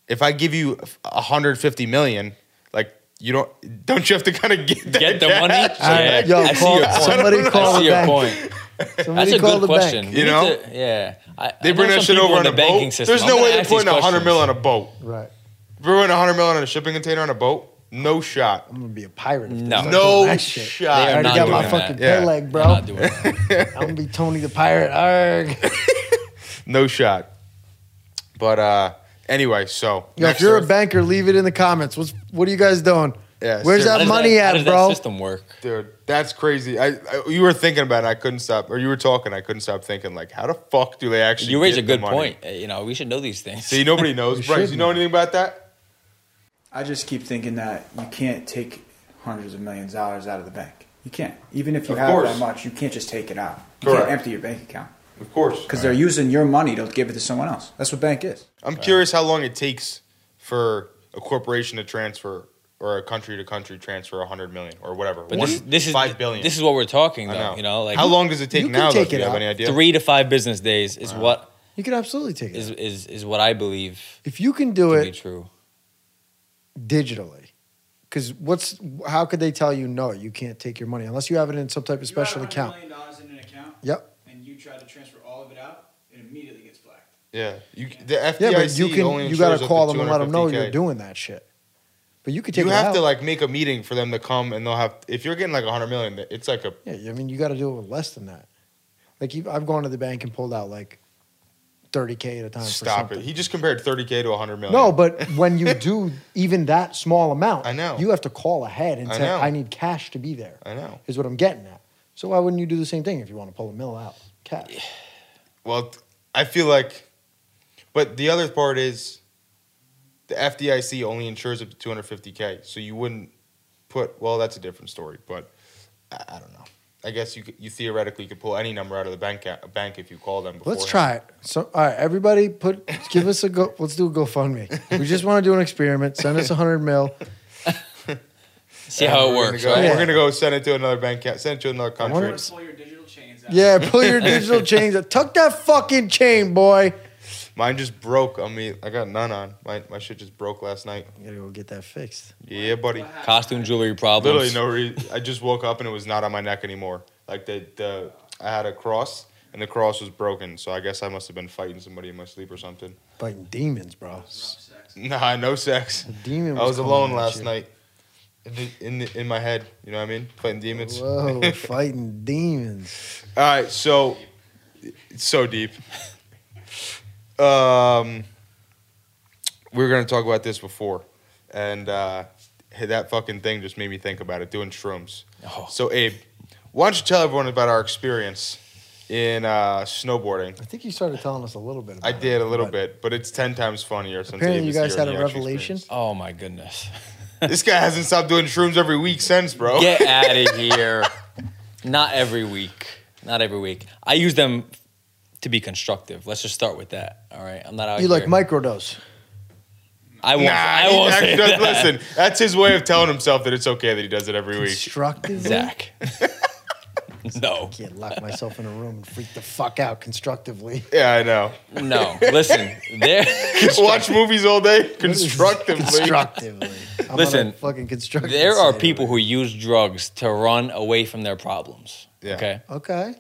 E: if I give you a hundred fifty million, like you don't don't you have to kind of get that
F: Get the
E: cash?
F: money. Yeah.
G: yo,
F: I see
G: call-
F: your point.
G: somebody
F: I
G: call
F: see
G: the
F: your
G: bank.
F: point.
G: somebody
F: That's a
G: call
F: good
G: the
F: question.
G: bank.
F: We
E: You
F: need
E: know?
F: to- yeah. I,
E: They
F: I know
E: bring that
F: some
E: shit
F: people
E: over
F: in
E: on
F: the
E: a
F: banking
E: boat.
F: system.
E: There's
F: I'm
E: no
F: gonna
E: way they're
F: ask these
E: putting a hundred
F: questions.
E: mil on a boat.
G: Right.
E: Brewing a hundred mil on a shipping container on a boat. No shot.
G: I'm going to be a pirate. If they
F: No.
G: start doing
E: No
G: that shit.
E: shot.
F: They
G: I
F: are
G: already
F: not
G: got my
F: doing that.
G: fucking
E: Yeah.
G: pay leg, bro.
F: I'm not doing that.
G: I'm going to be Tony the pirate. Arg.
E: No shot. But uh anyway, so
G: Yo, if
E: next
G: you're a
E: Thursday-
G: banker, leave it in the comments. What's, what are you guys doing?
E: Yeah,
G: Where's
E: seriously.
F: How
G: that
F: does
G: money
F: that, how
G: at,
F: does
G: bro?
F: That system work.
E: dude, that's crazy. I, I you were thinking about it, I couldn't stop or you were talking, I couldn't stop thinking, like, how the fuck do they actually
F: You raise
E: get
F: a good
E: the money?
F: point. Uh, You know, we should know these things.
E: See, nobody knows. Bryce, you know anything about that?
B: I just keep thinking that you can't take hundreds of millions of dollars out of the bank. You can't. Even if you
E: Of
B: have
E: course.
B: that much, you can't just take it out. You
E: Correct.
B: can't empty your bank account
E: Of course.
B: because they're using your money to give it to someone else. That's what bank is.
E: I'm curious how long it takes for a corporation to transfer or a country to country transfer a hundred million or whatever.
F: but
E: One-
F: this, this is
E: five billion.
F: This is what we're talking
E: I
F: though. You know, like
E: how long does it take
G: you can
E: now?
G: take
E: though, do
G: it
E: you have
G: out.
E: any idea?
F: Three to five business days is what
G: You can absolutely take it.
F: is is is what I believe
G: If you can do
F: to be
G: it
F: true.
G: digitally, because what's how could they tell you no? You can't take your money unless you have it in some type of special account.
B: Million dollars in an account.
G: Yep.
B: And you try to transfer all of it out, it immediately gets blacked.
E: Yeah, you, the FDIC
G: Yeah, but you
E: only
G: can. You
E: insures
G: gotta
E: up
G: call
E: to
G: them and let them know
E: 250K.
G: you're doing that shit. But you could take
E: You
G: it
E: have
G: out.
E: to like make a meeting for them to come, and they'll have. If you're getting like 100 million, it's like a
G: Yeah, I mean, you got to do it with less than that. Like you, I've gone to the bank and pulled out like thirty k at a time.
E: stop
G: for
E: it.
G: something.
E: He just compared 30k to 100 million.
G: No, but when you do even that small amount,
E: Oh, I know.
G: you have to call ahead and
E: I
G: say,
E: know.
G: "I need cash to be there."
E: I know.
G: Is what I'm getting at. So why wouldn't you do the same thing if you want to pull a mill out cash?
E: Well, th- I feel like, but the other part is, the FDIC only insures up to 250k, so you wouldn't put. Well, that's a different story, but I, I don't know. I guess you could, you theoretically could pull any number out of the bank a bank if you call them. Beforehand.
G: Let's try it. So, all right, everybody, put give us a go. Let's do a GoFundMe. We just want to do an experiment. Send us a hundred mil.
F: See how
E: We're
F: it
E: gonna
F: works,
E: go-
F: right?
E: We're gonna go send it to another bank, account, send it to another country.
G: wonder- Yeah, pull your digital chains. out. Tuck that fucking chain, boy.
E: Mine just broke on me. I got none on. My my shit just broke last night.
G: You gotta go get that fixed.
E: Yeah, buddy.
F: Costume jewelry
E: Literally
F: problems.
E: no reason. I just woke up and it was not on my neck anymore. Like the the I had a cross and the cross was broken. So I guess I must have been fighting somebody in my sleep or something.
G: Fighting demons, bro.
E: Nah, no sex.
G: The demon.
E: I was
G: coming
E: alone
G: at
E: last
G: you.
E: night. In the, in the, in my head, you know what I mean? Fighting demons. All
G: Whoa, we're fighting demons.
E: right, so it's so deep. Um, we were gonna talk about this before, and uh, hey, that fucking thing just made me think about it. Doing shrooms.
F: Oh.
E: So Abe, why don't you tell everyone about our experience in uh, snowboarding?
G: I think you started telling us a little bit. About
E: I did a little
G: but
E: bit, but it's ten times funnier. Since
G: Apparently,
E: Abe
G: you
E: is
G: guys
E: here
G: had
E: and
G: a
E: he actually
G: revelation.
E: experienced
F: Oh my goodness.
E: it. This guy hasn't stopped doing shrooms every week since, bro.
F: Get out of here. Not every week. Not every week. I use them to be constructive. Let's just start with that. All right. I'm not out
G: You
F: here.
G: like microdose?
F: I won't.
E: Nah,
F: I
E: he
F: won't say
E: actually
F: that.
E: does- Listen, that's his way of telling himself that it's okay that he does it every week.
G: Constructive.
F: Zach. no.
G: Can't lock myself in a room and freak the fuck out constructively.
E: Yeah, I know.
F: No. Listen. There.
E: Watch movies all day constructively.
G: constructively. I'm on a
F: Listen,
G: fucking constructive.
F: There are
G: side.
F: people who use drugs to run away from their problems.
E: Yeah.
F: Okay.
G: Okay.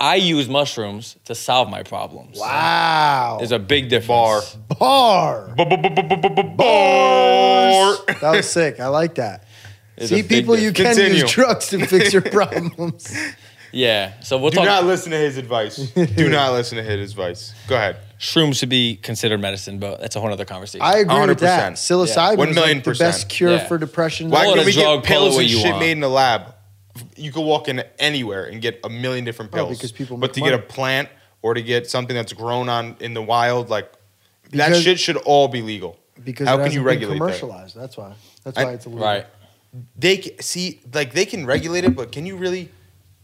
F: I use mushrooms to solve my problems.
G: Wow.
F: There's a big difference.
G: Bar.
E: Bar. Bar.
G: That was sick. I like that.
F: There's
G: See,
F: a big
G: people, you
F: difference.
G: can
E: Continue.
G: use drugs to fix your problems.
F: Yeah. So we'll
E: Do
F: talk.
E: not listen to his advice. Do not listen to his advice. Go ahead.
F: shrooms should be considered medicine, but that's a whole other conversation.
G: I agree with that.
E: 100%.
G: Psilocybin
E: One
G: is
E: million
G: like the
E: percent.
G: best cure
F: Yeah.
G: for depression.
E: Why
F: Call it
E: can't
F: a
E: we
F: drug,
E: get
F: call it
E: pills
F: what
E: and
F: you
E: shit
F: want.
E: made in the lab? You could walk in anywhere and get a million different
G: Oh,
E: pills.
G: because people
E: but
G: make
E: to
G: money.
E: get a plant or to get something that's grown on in the wild, like that
G: Because-
E: shit should all be legal.
G: Because
E: how
G: it
E: can
G: hasn't
E: you
G: been
E: regulate that?
G: commercialized. That's why. That's
E: I-
G: why it's illegal.
F: right.
E: They c- see like they can regulate it, but can you really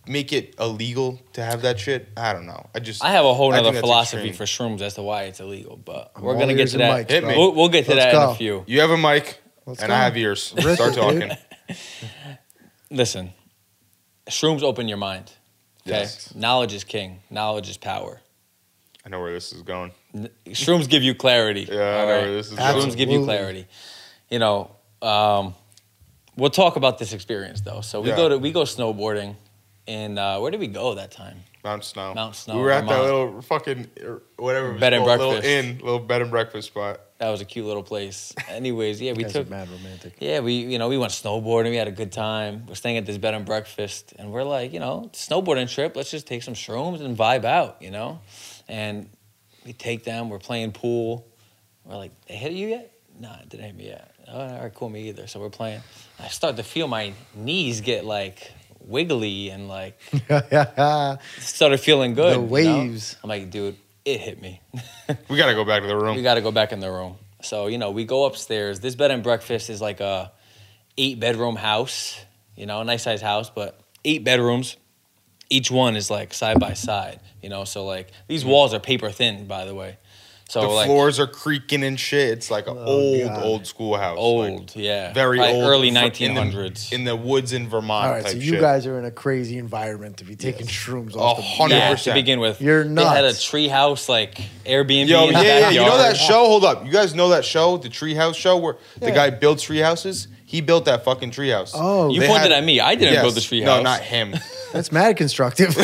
E: make it illegal to have that shit? I don't know. I just
F: I have a whole
E: I think
F: other
E: that's
F: philosophy
E: extreme.
F: for shrooms as to why it's illegal, but
G: I'm
F: we're
G: all
F: gonna get
G: ears
F: to
G: and
F: that.
G: mics,
E: Hit
G: bro.
E: me.
F: We'll, we'll get to
G: Let's
F: that in
G: go.
F: a few.
E: You have a mic
G: Let's
E: and
G: go.
E: I have ears.
G: Rip
E: Start
G: it, dude.
E: talking.
F: Listen, shrooms open your mind. Okay,
E: Yes.
F: knowledge is king. Knowledge is power.
E: I know where this is going.
F: N- Shrooms give you clarity.
E: Yeah, I know
F: all
E: where this is
F: Shrooms
E: going.
F: give you
G: Absolutely.
F: clarity. You know, um, we'll talk about this experience though. So we
E: Yeah.
F: go to we go snowboarding, and uh, where did we go that time?
E: Mount Snow.
F: Mount Snow,
E: We were at that
F: Vermont.
E: little fucking er, whatever it was
F: Bed and
E: called,
F: breakfast.
E: little inn, little bed and breakfast spot.
F: That was a cute little place. Anyways, yeah, we
G: You guys are
F: took
G: mad romantic.
F: Yeah, we you know we went snowboarding. We had a good time. We're staying at this bed and breakfast, and we're like, you know, snowboarding trip. Let's just take some shrooms and vibe out, you know. And we take them. We're playing pool. We're like, they hit you yet? Nah, it didn't hit me yet. Oh, all right, cool, me either. So we're playing. I start to feel my knees get like wiggly and like
G: the
F: started feeling good. you know?
G: waves.
F: I'm like, dude, it hit me.
E: We gotta go back to the room.
F: We got to go back in the room. So you know, we go upstairs. This bed and breakfast is like a eight bedroom house. You know, a nice sized house, but eight bedrooms. Each one is like side by side. You know, so like these walls are paper thin, by the way. So
E: Mm-hmm. the
F: like
E: floors are creaking and shit. It's like an
G: Oh,
E: old,
G: God.
E: old schoolhouse. like,
F: old, yeah,
E: very
F: like
E: old.
F: early
E: fr- in the-
F: 1900s.
E: In the, woods in Vermont.
G: All right,
E: type
G: so you
E: shit.
G: guys are in a crazy environment to be taking shrooms
E: a
G: off the
E: hundred
F: yeah, to
E: percent.
F: begin with,
G: You're
F: They had a
G: nuts.
F: tree house, like Airbnb.
E: Yo,
F: in
E: yeah,
F: the
E: yeah. You know
F: backyard.
E: that show? Hold up. You guys know that show, the Treehouse Show, where the
G: Yeah.
E: guy built treehouses? He built that fucking treehouse.
G: Oh.
F: You
E: They
F: pointed
E: had-
F: at me. I didn't
E: Yes.
F: build the treehouse.
E: No, not him.
G: That's mad constructive.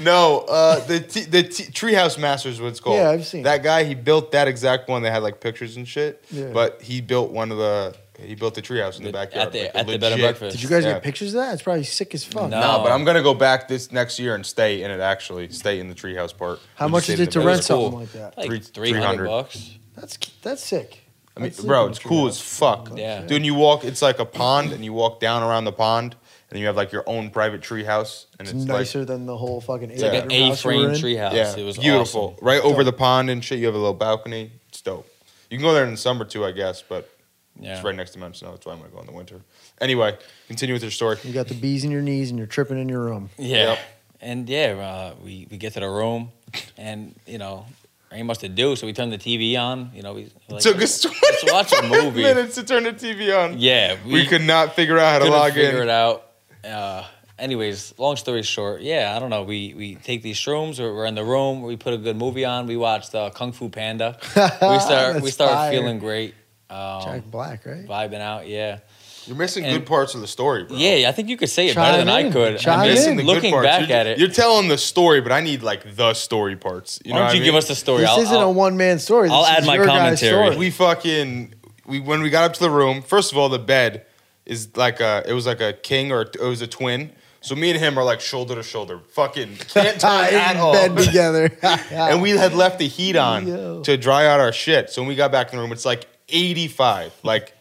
E: No, uh, the t- the t- Treehouse Masters, is what it's called.
G: Yeah, I've seen
E: that guy. He built that exact one. They had like pictures and shit.
G: Yeah.
E: But he built one of the. He built the treehouse in the,
F: The-
E: backyard.
F: at the-
E: like,
F: at the Bed and
E: legit-
F: Breakfast. Oh.
G: Did you guys
E: Yeah.
G: get pictures of that? It's probably sick as fuck.
F: No.
E: No, but I'm gonna go back this next year and stay in it. Actually, stay in the treehouse part.
G: How
E: We
G: much
E: stayed
G: is
E: in
G: it
E: the
G: to
E: bed.
G: rent
E: It's cool.
G: something like that?
F: Like
E: Three-
F: 300
E: 300.
F: bucks.
G: That's that's sick.
E: I mean,
G: That's sick
E: bro,
G: in
E: it's
G: the
E: cool
G: treehouse.
E: as fuck.
F: Yeah.
E: Dude, and you walk. It's like a pond, and you walk down around the pond, and you have like your own private treehouse, and
G: It's,
E: it's,
G: nicer than the whole fucking.
F: It's like an A frame treehouse.
E: Like, yeah,
F: It was
E: beautiful.
F: awesome.
E: Right over the pond and shit. You have a little balcony. It's dope. You can go there in the summer too, I guess, but
F: Yeah.
E: it's right next to Mount Snow. That's why I'm gonna go in the winter. Anyway, continue with your story.
G: You got the bees in your knees and you're tripping in your room.
F: Yeah.
E: Yep.
F: And yeah, uh, we, we get to the room and, you know, ain't much to do. So we turn the TV on. You know, we like,
E: Took us
F: let's watch a
E: 25
F: movie.
E: minutes to turn the TV on.
F: Yeah.
E: We, could not figure out how to
F: couldn't
E: log
F: figure
E: in.
F: it out. Uh, anyways, long story short, yeah, I don't know. We we take these shrooms. We're, we're in the room. We put a good movie on. We watched uh, Kung Fu Panda. We start we
G: That's
F: start
G: fire.
F: feeling great,
E: Oh.
G: Jack
F: um,
G: Black, right?
F: vibing out. Yeah,
E: You're missing
F: And-
E: good parts of the story, bro.
F: yeah. I think you could say it
G: Chime
F: better than I
G: in.
F: could.
G: Chime
F: I
G: in.
F: mean,
E: Missing the good
F: looking
E: parts.
F: back
E: You're-
F: at it,
E: You're telling the story, but I need like the story parts. You know
F: why don't
E: what
F: you
E: I
F: give
E: mean?
F: us the story?
G: this
F: I'll-
G: isn't a
F: I'll-
G: one man story.
F: I'll
G: This
F: add
G: is
F: my
G: your guy's
F: commentary.
G: story.
E: we fucking we when we got up to the room. First of all, the bed is like a it was like a king or it was a twin. So me and him are like shoulder to shoulder, fucking can't tie
G: In
E: at all.
G: bed together.
E: And we had left the heat on
G: Yo.
E: to dry out our shit. So when we got back in the room, it's like 85. Like,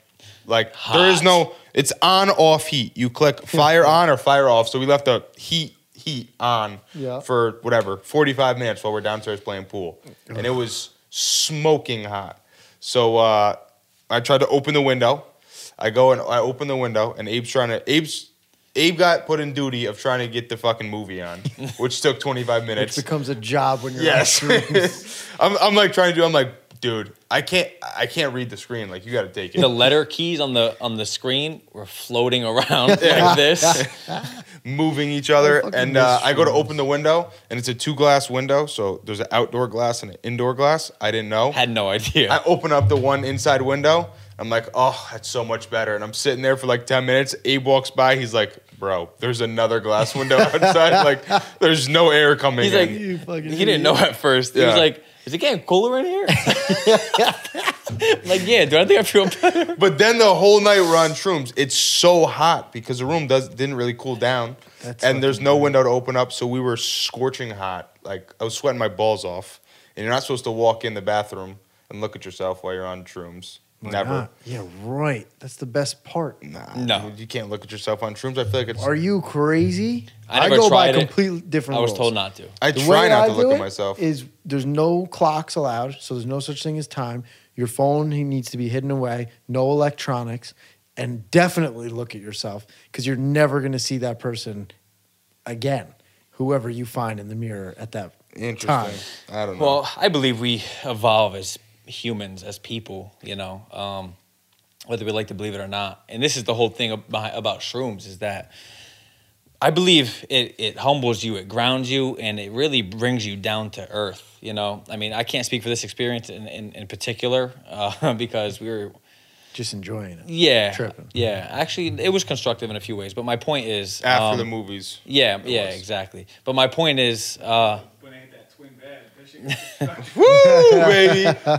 E: like there is
F: Hot.
E: no. It's on off heat. You click fire on or fire off. So we left the heat heat on
G: Yeah.
E: for whatever 45 minutes while we're downstairs playing pool, and it was smoking hot. So uh, I tried to open the window. I go and I open the window, and Abe's trying to Abe's. Abe got put in duty of trying to get the fucking movie on, which took 25
G: It
E: minutes.
G: becomes a job when you're
E: Yes.
G: out of shrooms.
E: I'm, I'm like trying to do. I'm like, dude, I can't. I can't read the screen. Like, you got to take
F: the
E: it.
F: letter keys on the on the screen were floating around like this.
E: Moving each other,
G: I fucking
E: and uh,
G: miss
E: I go to
G: shrooms.
E: open the window, and it's a two glass window. So there's an outdoor glass and an indoor glass. I didn't know.
F: Had no idea.
E: I open up the one inside window. I'm like, oh, that's so much better. And I'm sitting there for like 10 minutes. Abe walks by. He's like, bro, there's another glass window outside. like, there's no air coming
F: He's
E: in.
F: like,
G: You fucking
F: he didn't know at first. He
E: Yeah.
F: was like, "Is it getting cooler in here?" like, yeah, do I think I feel better?
E: But then the whole night we're on shrooms. It's so hot because the room does didn't really cool down,
G: That's
E: and there's no window to open up, so we were scorching hot. Like I was sweating my balls off, and you're not supposed to walk in the bathroom and look at yourself while you're on shrooms. Never.
G: Yeah, right. That's the best part.
E: Nah,
F: No.
E: dude, you can't look at yourself on shrooms. I feel like it's.
G: Are you crazy?
F: I never
G: go by
F: tried it.
G: completely different
F: I was
G: rules.
F: told not to.
E: I
G: The
E: try
G: way
E: not
G: I
E: to look
G: do
E: at
G: it
E: myself.
G: Is there's no clocks allowed, so there's no such thing as time. Your phone he needs to be hidden away. No electronics, and definitely look at yourself because you're never going to see that person again. Whoever you find in the mirror at that
E: Interesting.
G: time.
E: I don't know.
F: Well, I believe we evolve as humans, as people. You know, um, whether we like to believe it or not. And this is the whole thing about, about shrooms is that I believe it, it humbles you, it grounds you, and it really brings you down to earth. You know, I mean, I can't speak for this experience in, in, in particular uh, because we were
G: Just enjoying it.
F: Yeah.
G: Tripping.
F: Yeah. Actually, it was constructive in a few ways, but my point is.
E: After
F: um,
E: the movies,
F: Yeah, yeah,
E: was.
F: exactly. But my point is, uh,
A: When I hit that twin bed, that shit
E: woo baby. we,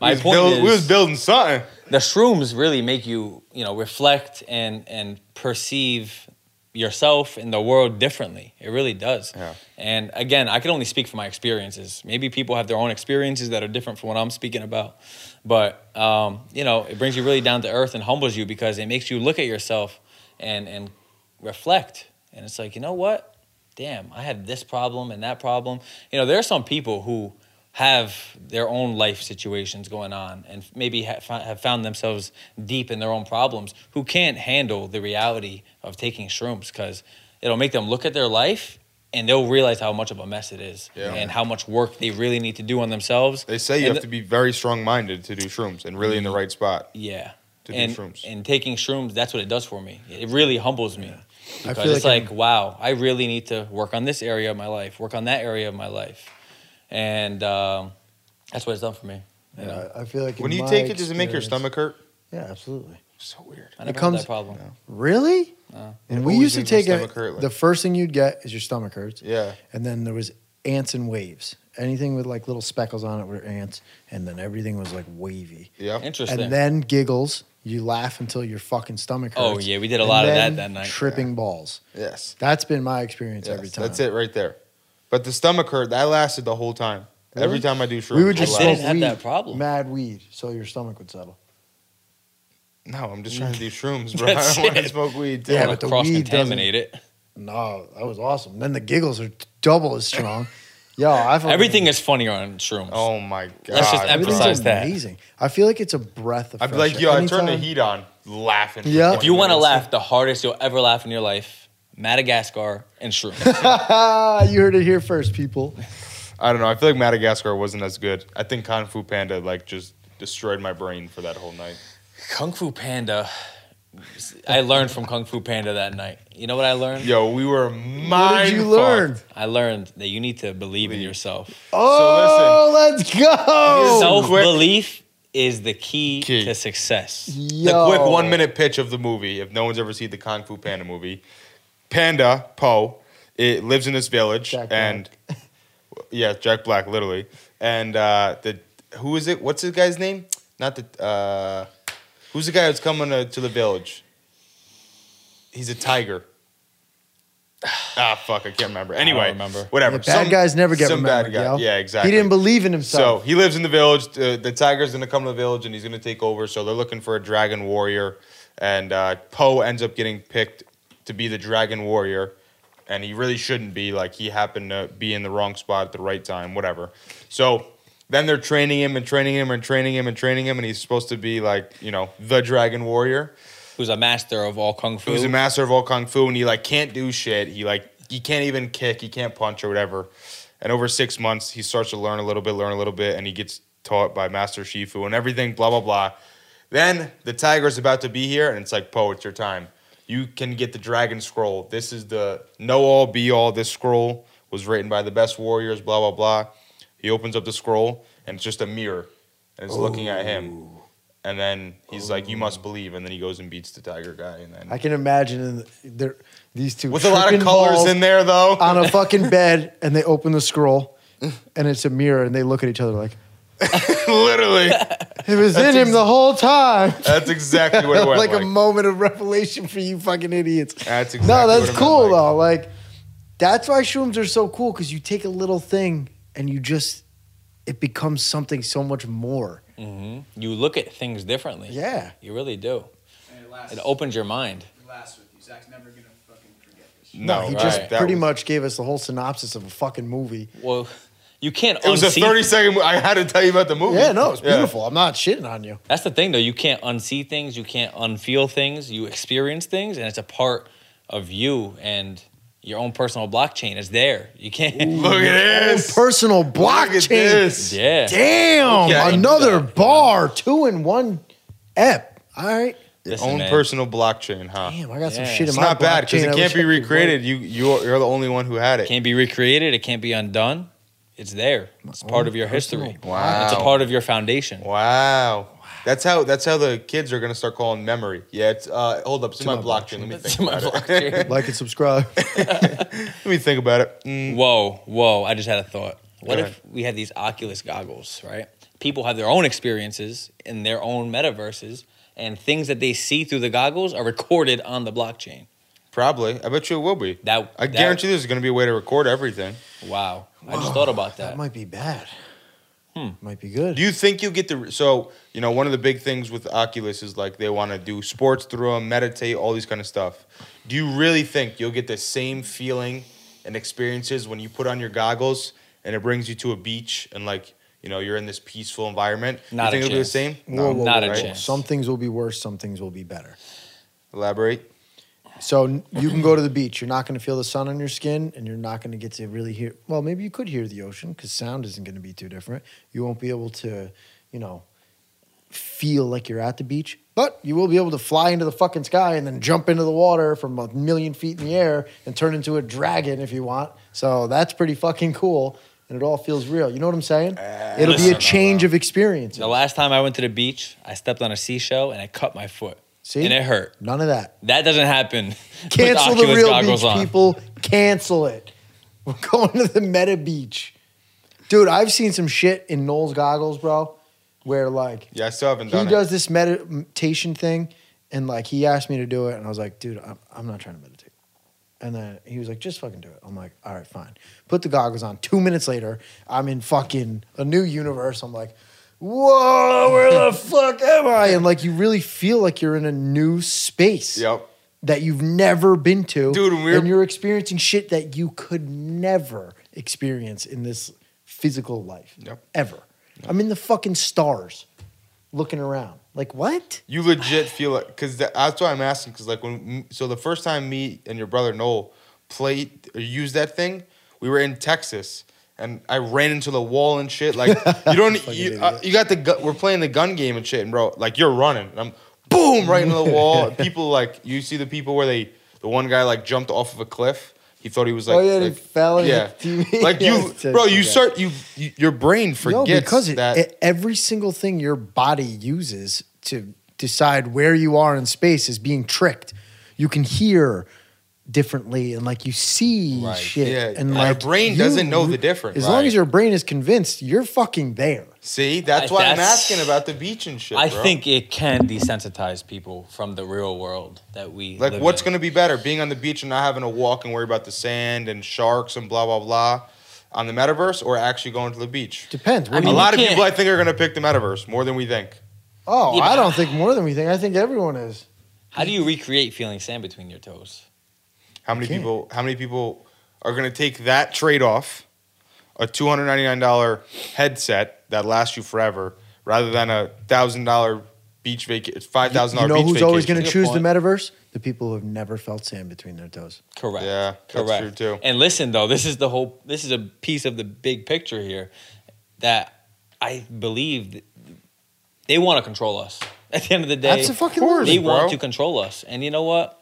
F: my
E: was
F: point
E: build- we was
F: is,
E: building something.
F: the shrooms really make you, you know, reflect and and perceive yourself and the world differently. It really does.
E: Yeah.
F: And again, I can only speak from my experiences. Maybe people have their own experiences that are different from what I'm speaking about. But um, you know, it brings you really down to earth and humbles you because it makes you look at yourself and and reflect. And it's like, you know what? Damn, I had this problem and that problem. You know, there are some people who have their own life situations going on and maybe ha- fi- have found themselves deep in their own problems who can't handle the reality of taking shrooms because it'll make them look at their life and they'll realize how much of a mess it is
E: Yeah.
F: and how much work they really need to do on themselves.
E: They say you
F: And
E: have to be very strong-minded to do shrooms and really in the right spot.
F: yeah.
E: To do
F: and,
E: shrooms.
F: and taking shrooms, that's what it does for me. It really humbles me
G: I
F: because
G: feel
F: it's
G: like
F: like, wow, I really need to work on this area of my life, work on that area of my life, and um, that's what it's done for me.
G: Yeah, I I feel like
E: When
G: in
E: you
G: my
E: take it, does it make your
G: experience-
E: stomach hurt?
G: Yeah, absolutely.
E: So weird.
F: I never
G: comes-
F: had that problem.
G: Really?
F: No.
G: And
E: It
G: we used
E: always
G: to
E: makes my
G: take it.
E: stomach hurt, like-
G: the first thing you'd get is your stomach hurts,
E: Yeah.
G: and then there was ants and waves. Anything with like little speckles on it were ants, and then everything was like wavy.
E: Yeah.
F: Interesting.
G: And then giggles. You laugh until your fucking stomach
F: Oh,
G: hurts.
F: yeah, we did a
G: and
F: lot of
G: then
F: that that night.
G: Tripping balls.
E: Yes.
G: That's been my experience every
E: Yes,
G: time.
E: That's it right there. But the stomach hurt that lasted the whole time. Every
G: Really?
E: time I do shrooms,
G: We would just
E: it
F: I
G: smoke
F: didn't
E: lasts-
F: have
G: weed,
F: that problem.
G: mad weed, so your stomach would settle.
E: no. I'm just trying to do shrooms, bro. I
F: That's
E: don't want to
F: it.
E: smoke weed. Too.
G: Yeah,
F: yeah,
G: but the
F: cross
G: weed
F: contaminate it.
G: No, that was awesome. Then the giggles are double as strong. Yo, I fucking-
F: Everything is funnier on shrooms.
E: Oh my god.
F: Let's just
E: bro.
G: everything's
F: emphasize that.
G: Amazing. I feel like it's a breath of.
E: I'd be
G: fresh
E: like,
G: air.
E: yo, I turned the
G: Anytime-
E: heat on, laughing. for
G: Yeah. If
E: 20
F: If you want to
E: minutes.
F: laugh the hardest you'll ever laugh in your life, Madagascar and shrooms.
G: you heard it here first, people.
E: I don't know. I feel like Madagascar wasn't as good. I think Kung Fu Panda like just destroyed my brain for that whole night.
F: Kung Fu Panda. I learned from Kung Fu Panda that night. You know what I learned?
E: Yo, we were mind.
G: what did you learn?
F: I learned that you need to believe in yourself.
G: Oh, let's go.
F: Self
E: quick.
F: belief is the key,
E: Oh. Key.
F: to success.
E: The
G: Yo.
E: quick one minute pitch of the movie, if no one's ever seen the Kung Fu Panda movie, Panda Po, it lives in this village
G: Jack Black.
E: and yeah, Jack Black literally. And uh, the who is it? What's the guy's name? Not the uh, who's the guy that's coming to, to the village? He's a tiger. ah, fuck! I can't remember. Anyway,
F: remember.
E: whatever.
G: The bad guys never get
E: some
G: remembered.
E: Bad guy.
G: yo.
E: Yeah, exactly.
G: He didn't believe in
E: So
G: himself.
E: he lives in the village. The, the tiger's going to come to the village and he's going to take over. So they're looking for a dragon warrior. And uh, Poe ends up getting picked to be the dragon warrior. And he really shouldn't be. Like, he happened to be in the wrong spot at the right time, whatever. So then they're training him and training him and training him and training him. And he's supposed to be, like, you know, the dragon warrior
F: Who's a master of all kung fu?
E: who's a master of all kung fu, and he like can't do shit. He like he can't even kick, he can't punch or whatever. And over six months, he starts to learn a little bit, learn a little bit, and he gets taught by Master Shifu and everything. Blah blah blah. Then the tiger's about to be here, and it's like, Poe, it's your time. You can get the dragon scroll. This is the know all be all. This scroll was written by the best warriors. Blah blah blah. He opens up the scroll, and it's just a mirror, and it's looking at him. And then he's like, "You must believe." And then he goes and beats the tiger guy. And then
G: I can imagine in there these two
E: with a lot of
G: tripping
E: colors
G: balls
E: in there though.
G: on a fucking bed, and they open the scroll, and it's a mirror, and they look at each other like
E: Literally,
G: it was in him the whole time.
E: that's exactly what it went
G: like,
E: like.
G: a moment of revelation for you fucking idiots.
E: that's exactly
G: no,
E: what
G: that's
E: it went
G: cool
E: like.
G: though. Like that's why shrooms are so cool because you take a little thing and you just it becomes something so much more.
F: hmm You look at things differently.
G: Yeah.
F: You really do.
A: And it lasts,
F: It opens your mind.
A: it lasts with you. Zach's never gonna fucking forget this shit.
E: No,
G: he
F: right.
G: just
E: that
G: pretty
E: was-
G: much gave us the whole synopsis of a fucking movie.
F: Well, you can't
E: It was a
F: unsee-
E: thirty-second. I had to tell you about the movie.
G: Yeah, no, it's
E: Yeah.
G: beautiful. I'm not shitting on you.
F: That's the thing, though. You can't unsee things. You can't unfeel things. You experience things, and it's a part of you and your own personal blockchain. It's there. You can't.
E: Look at
G: Own
E: this.
G: personal
E: Look at
G: blockchain.
E: this.
F: yeah.
G: Damn,
E: Okay, I can do
G: another
F: that.
G: bar, two in one ep. All right.
F: Listen,
E: Own
F: man.
E: personal blockchain, huh?
G: Damn, I got some
F: Yeah.
G: shit in
E: It's
G: my
E: not bad because
G: blockchain.
E: it
G: I
E: can't
G: wish I
E: be
G: could
E: recreated. You you're, you're the only one who had it.
F: Can't be recreated. It can't be undone. It's there. It's part of your history.
G: personal
E: Wow.
F: It's a part of your foundation.
E: Wow. That's how that's how the kids are gonna start calling memory. Yeah, it's uh hold up, it's in my, blockchain. Let me
F: It's
E: think
F: in my
E: about it.
F: blockchain.
G: wait. Like and subscribe.
E: Let me think about it. Mm.
F: Whoa, whoa! I just had a thought. What
E: Go
F: if we had these Oculus goggles, right? People have their own experiences in their own metaverses, and things that they see through the goggles are recorded on the blockchain.
E: Probably. I bet you it will be.
F: That
E: I
F: that-
E: guarantee there's gonna be a way to record everything.
F: Wow, I just thought about that.
G: that might be bad. Might be good.
E: Do Hmm. you think you get the so you know one of the big things with Oculus is like they want to do sports through them, meditate, all these kind of stuff. Do you really think you'll get the same feeling and experiences when you put on your goggles and it brings you to a beach and like you know you're in this peaceful environment?
F: Not a
E: you think it'll be the
F: chance.
E: same?
F: Whoa, whoa, Not a
E: right?
F: chance.
G: Some things will be worse, some things will be better.
E: Elaborate.
G: So n- you can go to the beach. You're not going to feel the sun on your skin, and you're not going to get to really hear. Well, maybe you could hear the ocean because sound isn't going to be too different. You won't be able to, you know, feel like you're at the beach, but you will be able to fly into the fucking sky and then jump into the water from a million feet in the air and turn into a dragon if you want. So that's pretty fucking cool, and it all feels real. You know what I'm saying? It'll be
F: Uh, listen,
G: a change of experience.
F: The last time I went to the beach, I stepped on a seashell and I cut my foot.
G: See?
F: and it hurt.
G: None of that.
F: That doesn't happen.
G: Cancel the
F: Oculus
G: real
F: goggles
G: beach, people. Cancel it. We're going to the meta beach. Dude, I've seen some shit in Noel's goggles, bro, where like
E: Yeah, I still haven't
G: he
E: done
G: does this meditation thing and like he asked me to do it and i was like dude I'm, I'm not trying to meditate and then he was like just fucking do it i'm like all right fine put the goggles on two minutes later i'm in fucking a new universe i'm like whoa where the fuck am i and like you really feel like you're in a new space
E: it. Yep.
G: that you've never been to
E: Dude, when we were-
G: and you're experiencing shit that you could never experience in this physical life
E: Yep.
G: ever i'm in the fucking stars looking around like what
E: You legit feel it because that's why I'm asking. Because like when so the first time me and your brother Noel played or used that thing, we were in Texas and I ran into the wall and shit. Like you don't you, uh, you got the gu- we're playing the gun game and shit, and bro, like you're running and I'm boom right into the wall. And people like you see the people where they the one guy like jumped off of a cliff. He thought he was like
G: Oh, yeah, and he
E: like-
G: fell and
E: yeah
G: hit the TV.
E: like
G: Yeah,
E: you
G: it's just-
E: bro you
G: yeah.
E: start you, you your brain forgets
G: no because it,
E: that
G: it- every single thing your body uses to decide where you are in space is being tricked you can hear differently and like you see
F: Right.
G: shit
E: Yeah,
G: and
E: our
G: like
E: brain
G: you-
E: doesn't know the difference.
G: as long
E: Right.
G: as your brain is convinced you're fucking there
E: see that's
F: I-
E: why I'm
F: that's-
E: asking about the beach and shit.
F: I
E: bro.
F: think it can desensitize people from the real world that we
E: Like,
F: live
E: what's
F: in.
E: going to be better, being on the beach and not having to walk and worry about the sand and sharks and blah blah blah on the metaverse, or actually going to the beach?
G: depends What
F: I
G: do
E: A
F: mean,
G: you-
E: lot of
F: you
E: people, I
F: can't-
E: think, are going to pick the metaverse more than we think.
G: oh
F: Yeah,
G: i
F: but-
G: don't think more than we think i think everyone is
F: How do you recreate feeling sand between your toes?
E: How many
G: can't.
E: people? How many people are going to take that trade off, a two hundred ninety nine dollar headset that lasts you forever, rather than a thousand dollar beach vacation, five thousand
G: you
E: dollar
G: know
E: beach
G: who's always
E: vacation?
G: going to
F: Good
G: choose
F: point.
G: the metaverse the people who have never felt sand between their toes
F: Correct.
E: Yeah, that's
F: correct.
E: true, too.
F: And listen though, this is the whole this is a piece of the big picture here that I believe th- they want to control us. At the end of the day,
G: That's a fucking Of course,
F: they
E: bro.
F: want to control us. And you know what?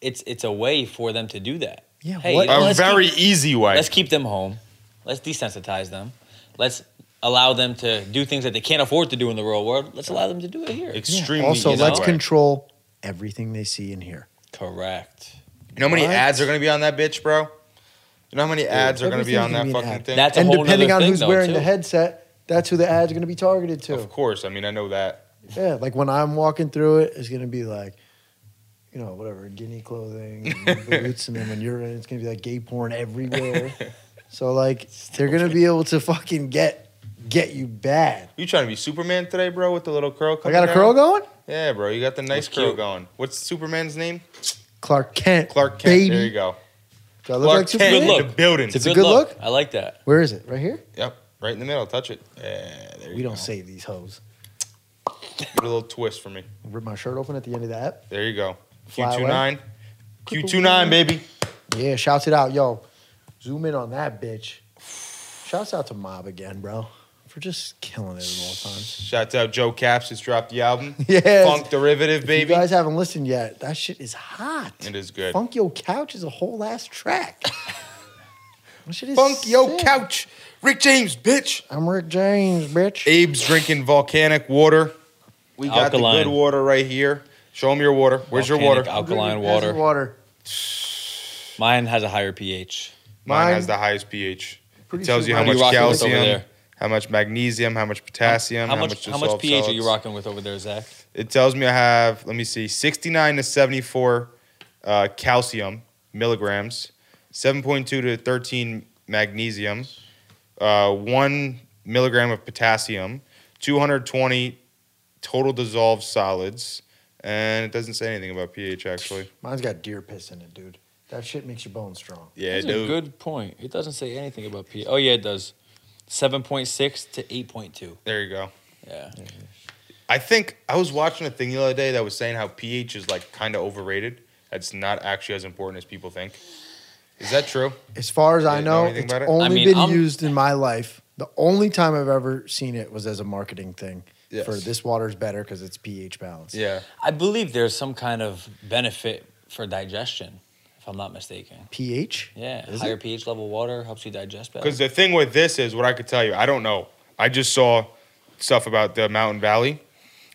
F: It's it's a way for them to do that.
G: Yeah,
F: Hey,
G: what-
F: you know,
E: a
F: let's
E: very
F: keep,
E: easy way.
F: let's keep them home. Let's desensitize them. Let's allow them to do things that they can't afford to do in the real world. Let's allow them to do it here.
E: Extremely
G: also
E: easy
G: let's
E: way.
G: control everything they see and hear
F: Correct.
E: You know how many
G: What?
E: ads are going to be on that bitch, bro? You know how many ads are going to be
G: everything's gonna
E: on that
G: be an
E: fucking
G: ad.
E: thing?
F: That's a
G: and
F: whole
G: depending
F: nother
G: on
F: thing,
G: who's
F: though,
G: wearing the
F: too.
G: headset that's who the ad's going to be targeted to
E: Of course. I mean, I know that.
G: Yeah, like when I'm walking through it, it's gonna be like, you know, whatever, guinea clothing, and boots, and then when you're in, it's gonna be like gay porn everywhere. so like, they're gonna be able to fucking get get you bad.
E: You trying to be Superman today, bro, with the little curl
G: I
E: coming
G: got a
E: down?
G: curl going.
E: Yeah, bro. You got the nice
F: That's
E: curl
F: cute.
E: going. What's Superman's name?
G: Clark Kent.
E: Clark Kent.
G: Baby.
E: There you go.
G: Do I look
E: Clark
G: like
E: Kent
G: Superman?
F: Good
E: in
F: look.
E: the building.
F: It's a
G: a
F: good,
G: good
F: look.
G: look?
F: I like that.
G: Where is it? Right here.
E: Yep. Right in the middle. Touch it. Yeah, there you
G: We don't
E: go.
G: save these hoes.
E: Give it a little twist for me.
G: Rip my shirt open at the end of the app.
E: There you go.
G: Fly
E: Q29. Q29, baby.
G: Yeah, shouts it out, yo. Zoom in on that bitch. Shouts out to Mob again, bro, for just killing it at all times.
E: Shouts out Joe Caps just dropped the album.
G: Yes.
E: Funk Derivative,
G: If
E: baby.
G: you guys haven't listened yet, that shit is hot.
E: It is good.
G: Funk Yo Couch is a whole ass track. that shit is
E: Funk Yo
G: sick.
E: Couch. Rick James, bitch.
G: I'm Rick James, bitch.
E: Abe's drinking volcanic water. We got the
F: Alkaline.
E: good water right here. Show him your water. Where's your
F: Volcanic
E: water?
F: al-
G: I'm drinking
F: alkaline
G: peasant
F: water.
G: Water.
F: Mine has a higher pH.
E: Mine,
G: Mine-
E: has the highest pH.
G: Pretty
E: It tells
G: sure
E: you how
G: mine-
F: What are
E: much
F: you rocking with over
E: calcium,
F: there?
E: how much magnesium, how much potassium,
F: How much how much
E: dissolved
F: pH are
E: solids.
F: you rocking with over there, Zach?
E: It tells me I have, let me see, 69 to 74 uh, calcium milligrams, 7.2 to 13 magnesium, uh, 1 milligram of potassium, 220 total dissolved solids, and it doesn't say anything about pH actually.
G: Mine's got deer piss in it, dude. That shit makes your bones strong.
E: Yeah, it
F: That's a
E: does.
F: good point. It doesn't say anything about pH. Oh yeah, it does. Seven point six to eight point two.
E: There you go.
F: Yeah.
E: I think I was watching a thing the other day that was saying how pH is like kind of overrated. That's not actually as important as people think. Is that true?
G: As far as I
E: You know
G: know,
E: anything
G: it's
E: about it?
G: only
F: I mean,
G: been
F: I'm-
G: used in my life. The only time I've ever seen it was as a marketing thing
E: Yes.
G: for this water's better because it's pH balanced.
E: Yeah.
F: I believe there's some kind of benefit for digestion, if I'm not mistaken.
G: pH?
F: Yeah.
G: Is
F: Higher
G: it?
F: pH level water helps you digest better.
E: Because the thing with this is what I could tell you, I don't know. I just saw stuff about the Mountain Valley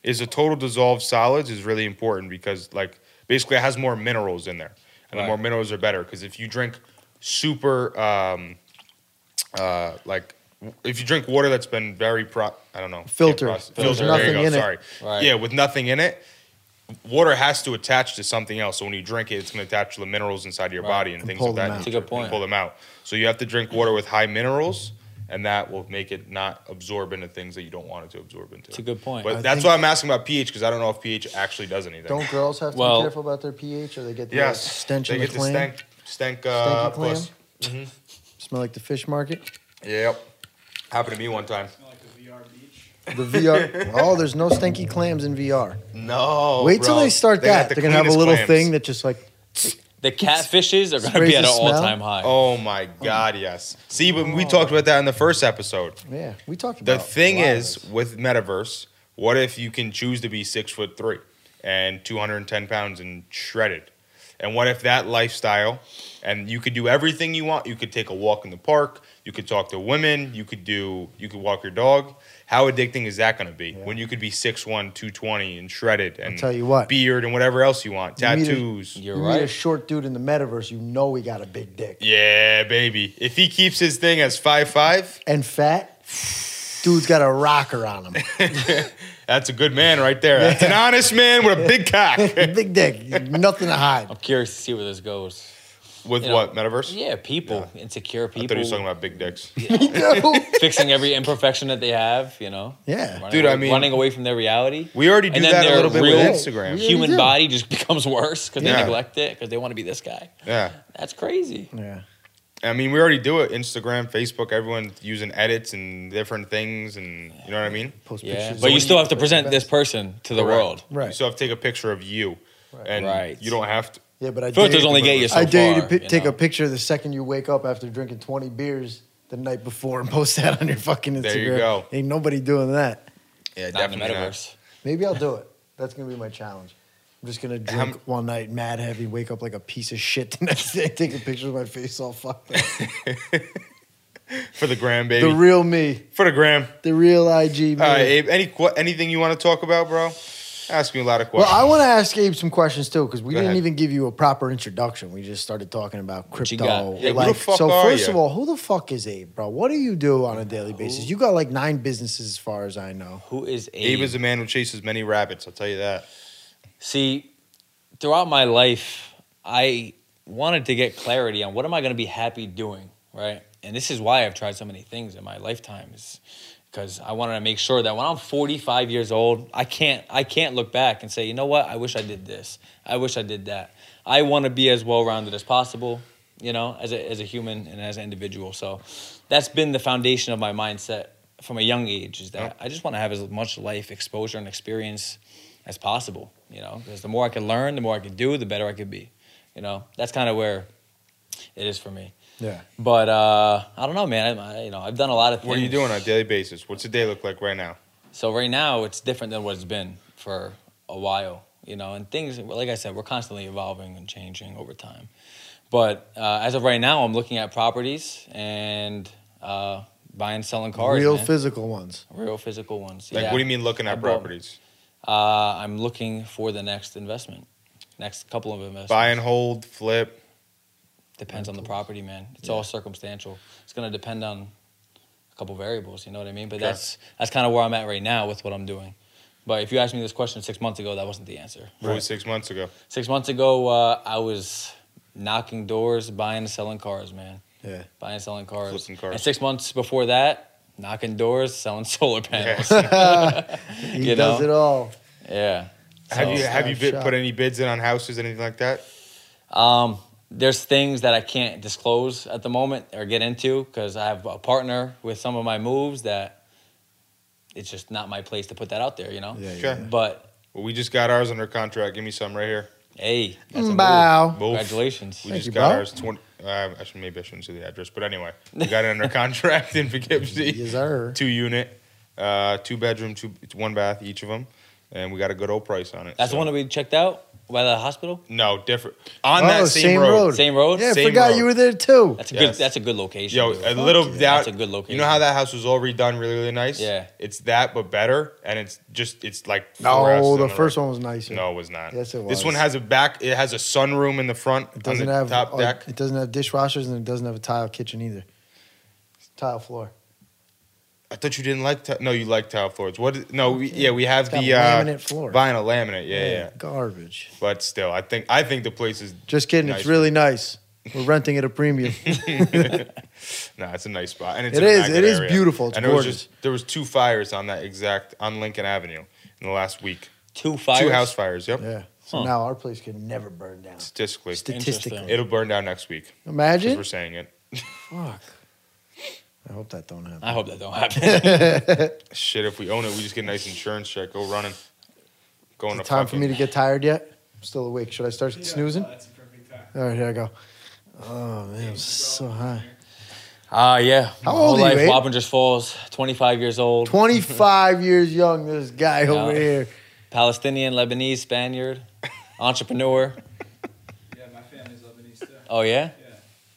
E: is the total dissolved solids is really important because like basically it has more minerals in there, and the
F: Right.
E: more minerals are better. Because if you drink super um, uh, like w- if you drink water that's been very pro, I don't know can't
G: Filtered.
E: proce-
G: There's
E: filtered. There you
G: nothing
E: go.
G: in it.
E: Sorry,
F: Right.
E: yeah, with nothing in it. Water has to attach to something else. So when you drink it, it's going to attach to the minerals inside your
F: Right.
E: body and,
G: And
E: things
G: pull
E: of that.
G: them out.
E: nature.
G: That's
F: a good
E: And
F: point.
E: Pull them out. So you have to drink water with high minerals, and that will make it not absorb into things that you don't want it to absorb into.
F: It's a good point.
E: But
G: I
E: that's
G: think-
E: why I'm asking about pH because I don't know if pH actually does anything.
G: Don't girls have to
F: Well-
G: be careful about their pH, or they get the
E: yes,
G: stench
E: they
G: in the
E: get the
G: clam,
E: stank, stank, uh,
G: Stanky clam?
E: puss.
G: smell like the fish market,
E: Yep, happened to me one time.
A: Smell like a VR beach.
G: the VR. oh, there's no stinky clams in VR.
E: No,
G: Wait till
E: Oh, bro.
G: they start
E: They
G: that;
E: got the
G: they're gonna have a
E: cleanest
G: little
E: clams.
G: thing that just like
F: The catfishes are going to
G: Raise
F: be at an
G: the smell?
F: all time high.
E: Oh my god, yes. See, but we talked about that in the first episode.
G: yeah. We talked
E: The
G: about a
E: thing
G: lot of
E: is
G: this.
E: with metaverse, what if you can choose to be six foot three and 210 pounds and shredded? And what if that lifestyle and you could do everything you want? You could take a walk in the park, you could talk to women, you could do you could walk your dog. How addicting is that gonna be? When you could be 6'1, 220 and shredded and
G: tell you what.
E: beard and whatever else you want,
G: You need to-
E: tattoos.
F: You're
G: you meet a
F: right.
G: short dude in the metaverse, you know he got a big dick
E: yeah, baby. If he keeps his thing as five five,
G: and fat. Dude's got a rocker on him,
E: That's a good man right there. That's an honest man with a big cock.
G: big dick, nothing to hide.
F: I'm curious to see where this goes.
E: With
F: You know,
E: what? Metaverse?
F: Yeah, people, insecure
E: I thought he was talking
F: people,
E: about big dicks.
F: fixing every imperfection that they have, you know?
G: Yeah,
E: Dude,
F: away-
E: I mean-
F: running away from their reality.
E: We already do
F: And then
E: that a
F: they're
E: little bit
F: real-
E: with Instagram.
G: Yeah.
F: Human
G: do.
F: body just becomes worse because
E: Yeah.
F: they neglect it because they want to be this guy.
E: Yeah.
F: That's crazy.
G: yeah.
E: I mean, we already do it. Instagram, Facebook, everyone using edits and different things, and you know what I mean.
G: Post
F: Yeah,
G: pictures.
F: but you
G: when
F: still have to
G: like,
F: present this
G: events.
F: person to the
E: Correct.
F: world.
E: You
G: Right.
E: still have to take a picture of you, and
F: Right.
E: you don't have to.
G: Yeah, but I
F: Filters
G: dare-
F: only get you so
G: I dare you to
F: far,
G: pi-
F: you
G: take
F: know?
G: a picture the second you wake up after drinking 20 beers the night before and post that on your fucking Instagram.
E: There you go.
G: Ain't nobody doing that.
E: Yeah,
F: Not in the metaverse.
G: Maybe I'll do it. That's gonna be my challenge. I'm just gonna
E: How
G: drink
E: m-
G: one night mad heavy, wake up like a piece of shit the next day, take a picture of my face all fucked up.
E: For the gram, baby.
G: the real me,
E: For the gram.
G: the real IG me.
E: All right, Abe. Any qu- anything you want to talk about, bro? Ask me a lot of
G: well,
E: questions.
G: I want to ask Abe some questions too because we
E: Go
G: didn't
E: ahead.
G: even give you a proper introduction. We just started talking about
F: you
G: crypto.
F: got? Yeah,
E: who the fuck
G: so
E: are
G: first
E: you?
G: of all, who the fuck is Abe, bro? What do you do on a daily basis? You got like nine businesses, as far as I know.
F: Who is Abe?
E: Abe is a man who chases many rabbits. I'll tell you that.
F: See, throughout my life, I wanted to get clarity on what am I going to be happy doing, right? And this is why I've tried so many things in my lifetime is because I wanted to make sure that when I'm 45 years old, I can't I can't look back and say, "You know what? I wish I did this. I wish I did that." I want to be as well-rounded as possible, you know, as a as a human and as an individual. So, that's been the foundation of my mindset from a young age is that I just want to have as much life exposure and experience as possible, you know, because the more I can learn, the more I can do, the better I could be, you know, that's kind of where it is for me.
G: Yeah.
F: But uh, I don't know, man. I, I- you know, I've done a lot of things.
E: What are you doing on a daily basis? What's a day look like right now?
F: So right now, it's different than what it's been for a while, you know. And things, like I said, we're constantly evolving and changing over time. But uh, as of right now, I'm looking at properties and uh, buying, selling cars,
G: real
F: man.
G: physical ones.
F: real physical ones.
E: Like,
F: yeah.
E: what do you mean looking
F: I
E: at
F: bought-
E: properties?
F: Uh, I'm looking for the next investment, next couple of investments.
E: Buy and hold, flip.
F: Depends on the property, man. It's all circumstantial. It's gonna depend on a couple variables. You know what I mean? But
E: Okay.
F: that's that's kind of where I'm at right now with what I'm doing. But if you asked me this question six months ago, that wasn't the answer.
E: What was six months ago?
F: Six months ago, uh, I was knocking doors, buying and selling cars, man.
G: Yeah.
F: Buying and selling cars.
E: Flipping cars.
F: And six months before that, knocking doors, selling solar panels.
G: He
F: You
G: does
F: know?
G: it all.
F: yeah.
E: have you
F: So-
E: have you
G: Snap
E: bid,
G: shot.
E: put any bids in on houses, anything like that?
F: Um, there's things that I can't disclose at the moment or get into because I have a partner with some of my moves that it's just not my place to put that out there, you know?
G: Yeah, yeah.
E: Okay.
F: But
E: Well, we just got ours under contract. Give me some right here.
F: hey, that's a move.
G: Bow.
E: Both.
F: Congratulations.
E: We
G: Thank
E: just
G: you,
E: got
G: bro.
E: ours. Twenty. Uh, I should, maybe I shouldn't say the address, but anyway, we got it under contract in Poughkeepsie.
G: Yes, sir.
E: Two unit, uh, two bedroom, two one bath each of them, and we got a good old price on it.
F: That's the one that we checked out? by the hospital.
E: No, different. On
G: Oh,
E: that same,
G: same
E: road.
G: road.
F: Same road.
G: Yeah, I
E: Same
G: forgot
E: road.
G: you were there too.
F: That's a
E: Yes.
F: good. That's a good location.
E: Yo,
F: dude.
E: a little
F: yeah.
E: that,
F: That's a good location.
E: You know how that house was all redone, really, really nice.
F: Yeah.
E: it's that but better, and it's just it's like four
G: No,
E: houses
G: the
E: on a
G: first
E: row.
G: one was nicer.
E: No, it was not.
G: Yes, it was.
E: This one has a back. It has a sunroom in the front
G: It
E: on
G: doesn't
E: the
G: have
E: top
G: uh,
E: deck.
G: It doesn't have dishwashers and it doesn't have a tile kitchen either. It's tile floor.
E: I thought you didn't like. T- no, you like tile floors. What? is- No, we, yeah, we have
G: It's got
E: the uh,
G: laminate floor.
E: vinyl laminate. Yeah, yeah,
G: Garbage.
E: But still, I think I think the place is.
G: Just kidding.
E: Nice.
G: It's really nice. We're renting at a premium.
E: Nah, it's a nice spot, and it's
G: It
E: in a
G: is,
E: nice
G: it is
E: area.
G: beautiful, it's
E: and there was
G: gorgeous.
E: just there was two fires on that exact on Lincoln Avenue in the last week.
F: two fires.
E: Two house fires. Yep.
G: yeah. So
F: Huh.
G: now our place could never burn down.
E: Statistically,
G: Statistically.
F: Interesting.
E: it'll burn down next week. Because
G: Imagine.
E: we're saying it.
G: Fuck. I hope that don't happen.
F: I hope that don't happen.
E: Shit, if we own it, we just get a nice insurance check. Go running. Going
G: Is
E: to
G: it time for
E: fucking-
G: me to get tired yet? I'm still awake. Should I start
A: Yeah,
G: snoozing?
A: well, Oh, that's a perfect time.
G: All right, here I go. Oh man, I'm so high.
F: Ah, yeah.
G: How
F: My
G: old
F: whole
G: are you,
F: life,
G: Abe?
F: Wappingers Falls. Twenty five years old.
G: 25 years young, this guy over
F: Yeah.
G: here.
F: Palestinian, Lebanese, Spaniard, entrepreneur.
A: Yeah, my family's Lebanese too.
F: Oh yeah.
A: Yeah.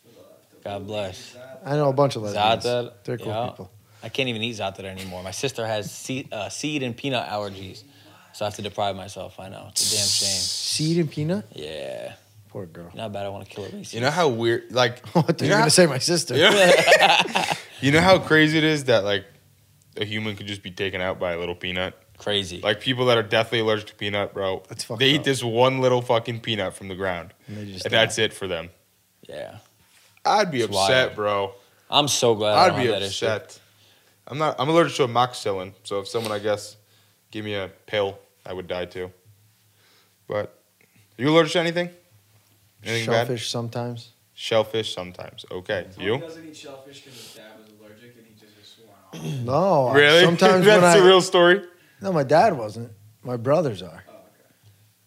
A: With, uh, the
F: God
A: Lebanese
F: bless.
A: side.
G: I know a bunch of lesbians.
F: Zadar,
G: They're cool
F: yeah.
G: people.
F: I can't even eat za'atar anymore. My sister has seed, uh, seed and peanut allergies, so I have to deprive myself. I know it's a damn shame.
G: Seed and peanut?
F: Yeah,
G: Poor girl.
F: not bad. I want to kill it.
E: You know how weird, like,
G: What they're
E: you, know
G: gonna
E: how,
G: say, my sister.
E: you know how crazy it is that like a human could just be taken out by a little peanut.
F: crazy.
E: Like people that are deathly allergic to peanut, bro.
G: That's fucked up.
E: they eat this one little fucking peanut from the ground,
G: And they just
E: and
G: die.
E: that's it for them.
F: yeah,
E: I'd be
F: It's
E: upset,
F: wild.
E: bro.
F: I'm so glad. I
E: I'd
F: don't
E: be
F: have that issue.
E: upset. I'm not. I'm allergic to amoxicillin, so if someone, I guess, gave me a pill, I would die too. But are you allergic to anything? Anything bad?
G: Shellfish sometimes.
E: Shellfish sometimes. Okay,
A: Tony
E: you.
A: doesn't eat shellfish because his dad was allergic and he just was sworn off.
G: No. I-
E: Really?
G: Sometimes when
E: That's
G: I
E: a real story.
G: No, my dad wasn't. My brothers are.
A: Oh, okay.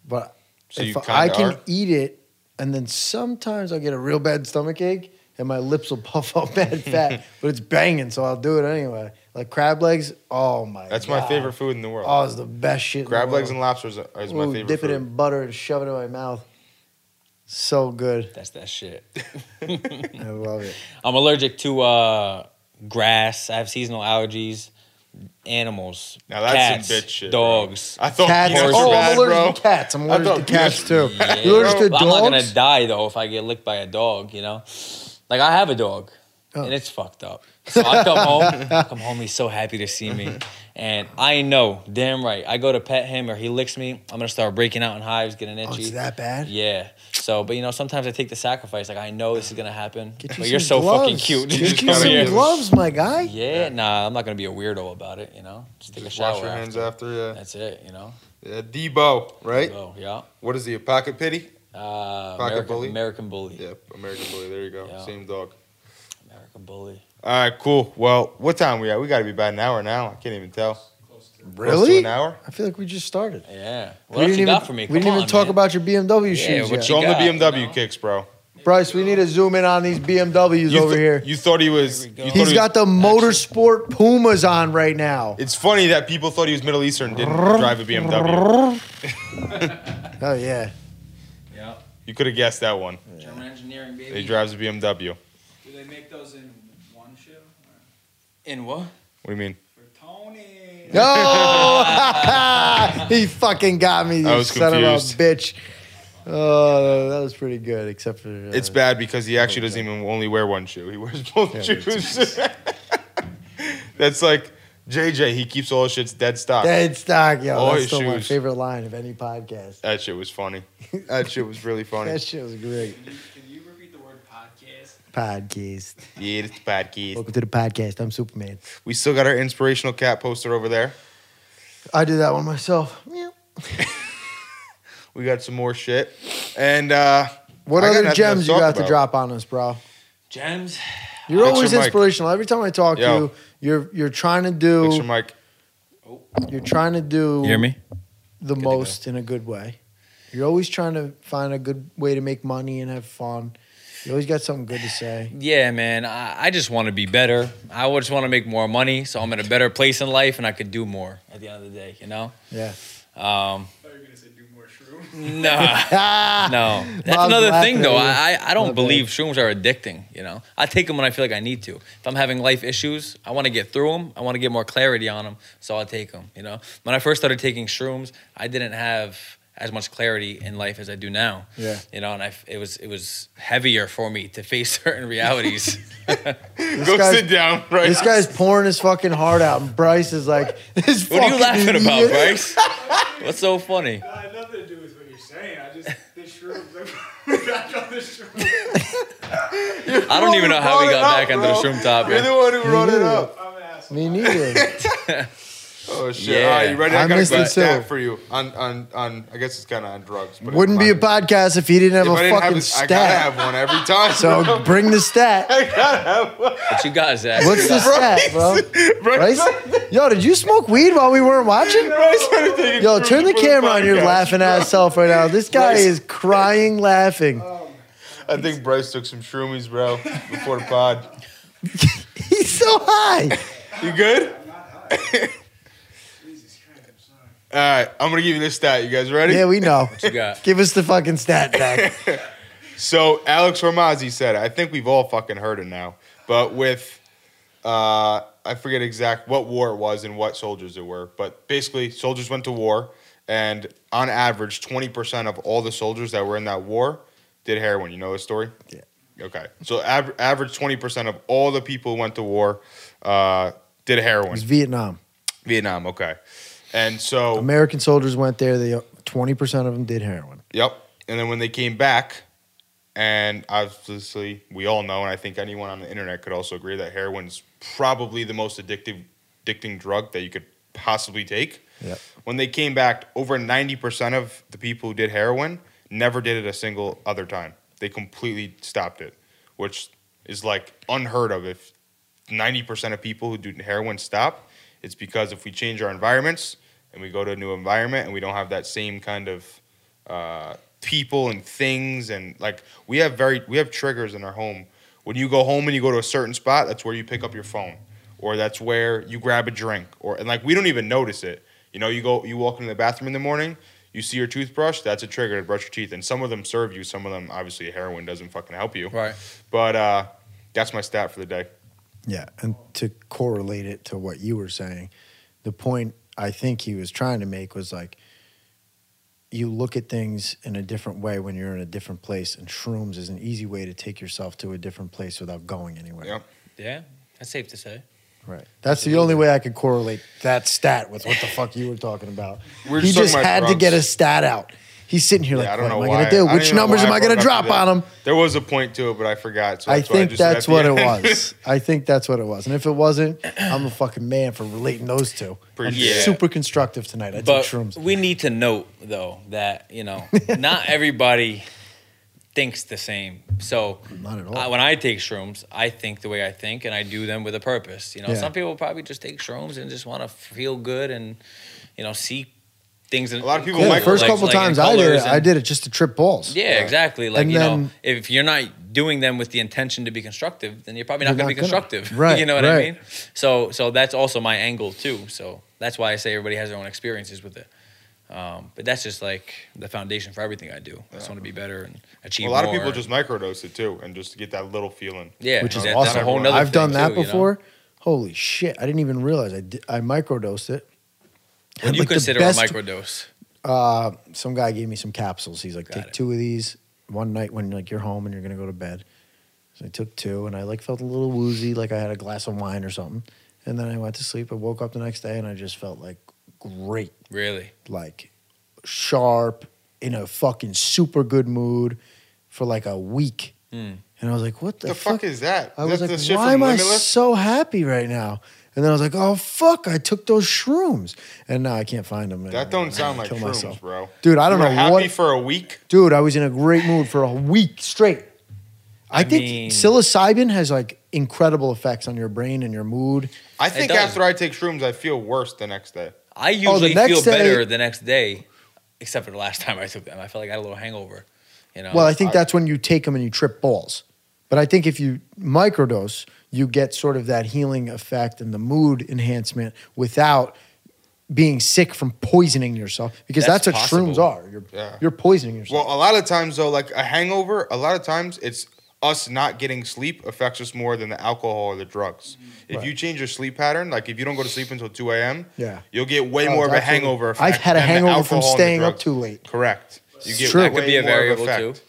G: But
E: So
G: if
E: you
G: I
E: kinda
G: can
E: are?
G: eat it, and then sometimes I'll get a real bad stomach ache and my lips will puff up bad fat, but it's banging, so I'll do it anyway. Like crab legs, oh my
E: That's
G: God.
E: my favorite food in the world.
G: Oh, it's the best shit. in the
E: Crab legs
G: world.
E: and lobsters are- is my
G: Ooh,
E: favorite.
G: dip
E: food.
G: it in butter and shove it in my mouth. So good.
F: That's that shit.
G: I love it.
F: I'm allergic to uh, grass. I have seasonal allergies. Animals.
E: Now that's
F: cats,
E: some bitch shit. bro.
F: Dogs.
E: I thought
G: Cats.
E: peanuts
G: Oh,
E: were
G: I'm
E: bad,
G: allergic
E: bro.
G: to cats. I'm allergic
E: thought
G: to cats too.
F: Yeah.
G: You're allergic to
F: Well, I'm not gonna
G: dogs?
F: die though if I get licked by a dog. You know, like I have a dog,
G: Oh.
F: and it's fucked up. So I come home, I come home, he's so happy to see me, and I know damn right. I go to pet him or he licks me, I'm gonna start breaking out in hives, getting
G: Oh,
F: itchy.
G: it's that bad?
F: yeah. So, but you know, sometimes I take the sacrifice. Like I know this is gonna happen,
G: Get
F: but
G: some
F: you're so fucking
G: gloves.
F: cute.
G: Get
E: just
G: you
E: gotta
G: some
E: get-
G: gloves, my guy.
F: Yeah, nah, I'm not gonna be a weirdo about it. You know, just take
E: Just
F: a shower.
E: wash your hands
F: after.
E: after, yeah.
F: That's it. You know.
E: yeah. Debo, right?
F: So yeah.
E: What is he? A pocket pity?
F: Uh,
E: Pocket
F: American
E: bully?
F: American bully.
E: Yep, American bully. There you go.
F: Yeah.
E: Same dog.
F: American bully.
E: All right, cool. Well, what time we at? We got to be about an hour now. I can't even tell. Close to
G: Really?
E: an hour.
G: I feel like we just started.
F: Yeah. What
G: we
F: else
G: didn't
F: you
G: even,
F: got for me?
G: we didn't
F: Come
G: even
F: on,
G: talk
F: man.
G: about your BMW
F: Yeah,
G: shoes
F: what
G: yet.
E: Show him the
F: got,
E: BMW
F: you know?
E: kicks, bro.
G: Bryce, we need to zoom in on these BMWs
E: You
G: over
E: th-
G: here.
E: You thought he was.
F: Here
E: You
F: we go.
E: thought
F: He's
G: He's
E: he
G: got the motorsport Pumas on right now.
E: Was, it's funny that people thought he was Middle Eastern and didn't drive a BMW.
G: Oh yeah,
F: Yeah.
E: You could have guessed that one.
A: German engineering, baby.
E: He drives a BMW. What
A: Do they make those in one shoe? Or
F: In what?
E: do you mean?
A: For Tony.
G: No, Oh! he fucking got me. You
E: I was
G: son
E: confused.
G: of a bitch. Oh, that was pretty good, except for uh,
E: It's bad because he actually doesn't even only wear one shoe. He wears both
G: Yeah,
E: shoes. That's like JJ. He keeps all his shit's dead stock.
G: Dead stock, yo.
E: Oh,
G: that's
E: his
G: still my
E: shoes.
G: favorite line of any podcast.
E: That shit was funny. That shit was really funny.
G: That shit was great.
A: Can you, can you repeat the word podcast?
G: Podcast.
E: yeah, it's bad keys.
G: Welcome to the podcast. I'm Superman.
E: We still got our inspirational cat poster over there.
G: I do that one myself. Meow.
E: We got some more shit. And uh
G: What
E: I got
G: other
E: nothing
G: gems you
E: to talk
G: got to
E: about.
G: drop on us, bro?
F: Gems.
G: You're
E: Fix
G: always
E: your mic.
G: inspirational. Every time I talk
E: Yo.
G: to you, you're you're trying to
E: picture
G: do
E: Mike.
G: you're trying to do
F: You hear me?
G: the
E: Good to go.
G: most in a good way. You're always trying to find a good way to make money and have fun. You always got something good to say.
F: Yeah, man. I, I just want to be better. I just want to make more money, so I'm in a better place in life, and I could do more at the end of the day. You know.
G: Yeah.
F: Um,
A: I thought you were going to say do more shrew.
F: Nah. no. That's
G: Bob's
F: another
G: laughing
F: thing, though.
G: at you.
F: I, I I
G: My
F: don't
G: bad.
F: believe shrooms are addicting. You know, I take them when I feel like I need to. If I'm having life issues, I want to get through them. I want to get more clarity on them, so I'll take them. You know, when I first started taking shrooms, I didn't have as much clarity in life as I do now.
G: Yeah.
F: You know, and I f- it was it was heavier for me to face certain realities.
E: Go
G: guy's-
E: sit down, right?
G: This guy's pouring his fucking heart out, and Bryce is like, "This
F: what are you
G: fucking
F: laughing about,
G: idiot."
F: Bryce? What's so funny?
A: I had nothing to do with what you're saying. I just the shrooms. I got on the shrooms.
F: I don't even know how we got back onto the shroom
E: You're
F: topic.
E: the one who brought it up.
A: I'm an asshole.
G: Me neither.
E: Oh shit!
F: Yeah.
E: All right, you ready?
G: I
E: I, got a
G: missed
E: good
G: it,
E: stat
G: too.
E: for you. On on on. I guess it's kind of on drugs. But it's
G: Wouldn't be a
E: fine.
G: podcast if he didn't have
E: If I
G: a
E: didn't have
G: fucking
E: this, I gotta
G: stat.
E: have one every time.
G: So bring the stat.
F: What you got, Zach?
G: What's the stat, bro? Bryce? Yo, did you smoke weed while we weren't watching? Yo, turn the camera on your laughing ass self right now. This guy is crying laughing.
E: I think Bryce took some shroomies, bro, before the pod.
G: He's so high.
E: You good?
A: Jesus Christ, I'm sorry.
E: All right, I'm gonna give you this stat. You guys ready?
G: Yeah, we know.
F: you got?
G: Give us the fucking stat back.
E: So Alex Ramazzi said, it. I think we've all fucking heard it now, but with uh, I forget exact what war it was and what soldiers it were, but basically soldiers went to war, and on average, twenty percent of all the soldiers that were in that war did heroin. You know his story?
G: Yeah.
E: Okay. So av- average twenty percent of all the people who went to war uh, did heroin.
G: It's Vietnam.
E: Vietnam. Okay. And so
G: American soldiers went there. They twenty percent of them did heroin.
E: Yep. And then when they came back, and obviously we all know, and I think anyone on the internet could also agree that heroin's probably the most addictive, addicting drug that you could possibly take.
G: Yep.
E: When they came back, over ninety percent of the people who did heroin never did it a single other time. They completely stopped it, which is like unheard of. If ninety percent of people who do heroin stop, it's because if we change our environments and we go to a new environment and we don't have that same kind of uh, people and things and like we have very we have triggers in our home. When you go home and you go to a certain spot, that's where you pick up your phone, or that's where you grab a drink, or and like we don't even notice it. You know, you go you walk into the bathroom in the morning, you see your toothbrush, that's a trigger to brush your teeth. And some of them serve you, some of them obviously heroin doesn't fucking help you.
F: Right.
E: But uh, that's my stat for the day.
G: Yeah, and to correlate it to what you were saying, the point I think he was trying to make was like you look at things in a different way when you're in a different place, and shrooms is an easy way to take yourself to a different place without going anywhere.
E: Yep.
F: Yeah, that's safe to say.
G: Right. That's the only way I could correlate that stat with what the fuck you were talking about.
E: We're
G: he
E: just talking
G: just
E: about
G: had to
E: drugs.
G: get a stat out. He's sitting here like,
E: yeah, I
G: what
E: don't
G: am
E: know
G: I
E: why.
G: going to do?
E: I don't
G: Which
E: even know
G: numbers
E: why
G: am I going
E: brought
G: to
E: up
G: drop
E: that.
G: on him?
E: There was a point to it, but I forgot. So
G: I
E: that's why
G: think
E: just
G: that's
E: said
G: what
E: at
G: it
E: the end.
G: was. I think that's what it was. And if it wasn't, I'm a fucking man for relating those two. I'm
E: Appreciate
F: it.
G: super constructive tonight. I took
F: But
G: shrooms.
F: we need to note though that you know not everybody thinks the same. So
G: Not at all.
F: I- when I take shrooms, I think the way I think, and I do them with a purpose. You know,
G: Yeah.
F: some people probably just take shrooms and just want to feel good and you know see things. In,
E: A lot of people
G: yeah, the
E: micro-
G: first
E: like-
G: couple times I did it, I did it just to trip balls.
F: Yeah, exactly. Like
G: And
F: you know,
G: then-
F: if you're not doing them with the intention to be constructive, then you're probably not
G: You're
F: going to
G: not
F: be
G: gonna.
F: constructive.
G: Right,
F: you know what
G: right.
F: I mean? So, so that's also my angle too. So that's why I say everybody has their own experiences with it. Um, but that's just like the foundation for everything I do. I just want to be better and achieve.
E: A lot of
F: more.
E: people just microdose it too, and just to get that little feeling.
F: yeah,
G: Which is
F: that-
G: awesome.
F: That's a whole nother
G: I've done
F: thing,
G: that
F: too, you know?
G: before. Holy shit. I didn't even realize I, did, I microdosed it.
F: What
G: Had,
F: do you
G: like, the
F: consider
G: best-
F: a microdose?
G: Uh, some guy gave me some capsules. He's like,
F: Got
G: take
F: it.
G: two of these one night when like you're home and you're gonna go to bed. So I took two, and I like felt a little woozy, like I had a glass of wine or something. And then I went to sleep. I woke up the next day, and I just felt like great,
F: Really?
G: like sharp, in a fucking super good mood for like a week.
F: Hmm.
G: And I was like, what the,
E: The, fuck, is that?
G: I
E: Is
G: was
E: that
G: like,
E: the shit
G: why am
E: from
G: I
E: Limitless?
G: so happy right now? And then I was like, oh fuck, I took those shrooms, and now I can't find them.
E: That don't sound like shrooms, bro.
G: Dude, I don't
E: You were
G: know
E: happy
G: what-
E: for a week.
G: Dude, I was in a great mood for a week straight. I,
F: I
G: think
F: mean-
G: psilocybin has like incredible effects on your brain and your mood.
E: I think
F: does.
E: after I take shrooms, I feel worse the next day.
F: I usually
G: Oh, next
F: feel
G: day-
F: better the next day, except for the last time I took them. I felt like I had a little hangover. You know.
G: well, I think
E: I-
G: that's when you take them and you trip balls. But I think if you microdose, you get sort of that healing effect and the mood enhancement without being sick from poisoning yourself because
E: That's
G: that's, what
E: possible.
G: shrooms are. You're
E: Yeah.
G: you're poisoning yourself.
E: Well, a lot of times though, like a hangover, a lot of times it's us not getting sleep affects us more than the alcohol or the drugs. If
G: Right.
E: you change your sleep pattern, like if you don't go to sleep until two a.m.,
G: Yeah.
E: you'll get way
G: Oh,
E: more of a
G: absolutely.
E: hangover.
G: I've
E: Effect
G: had a
E: than the
G: hangover from
E: alcohol and the
G: staying up
E: drugs.
G: too late.
E: Correct. You get
G: true.
E: way
G: That
D: could be a
E: more of
D: variable,
E: effect.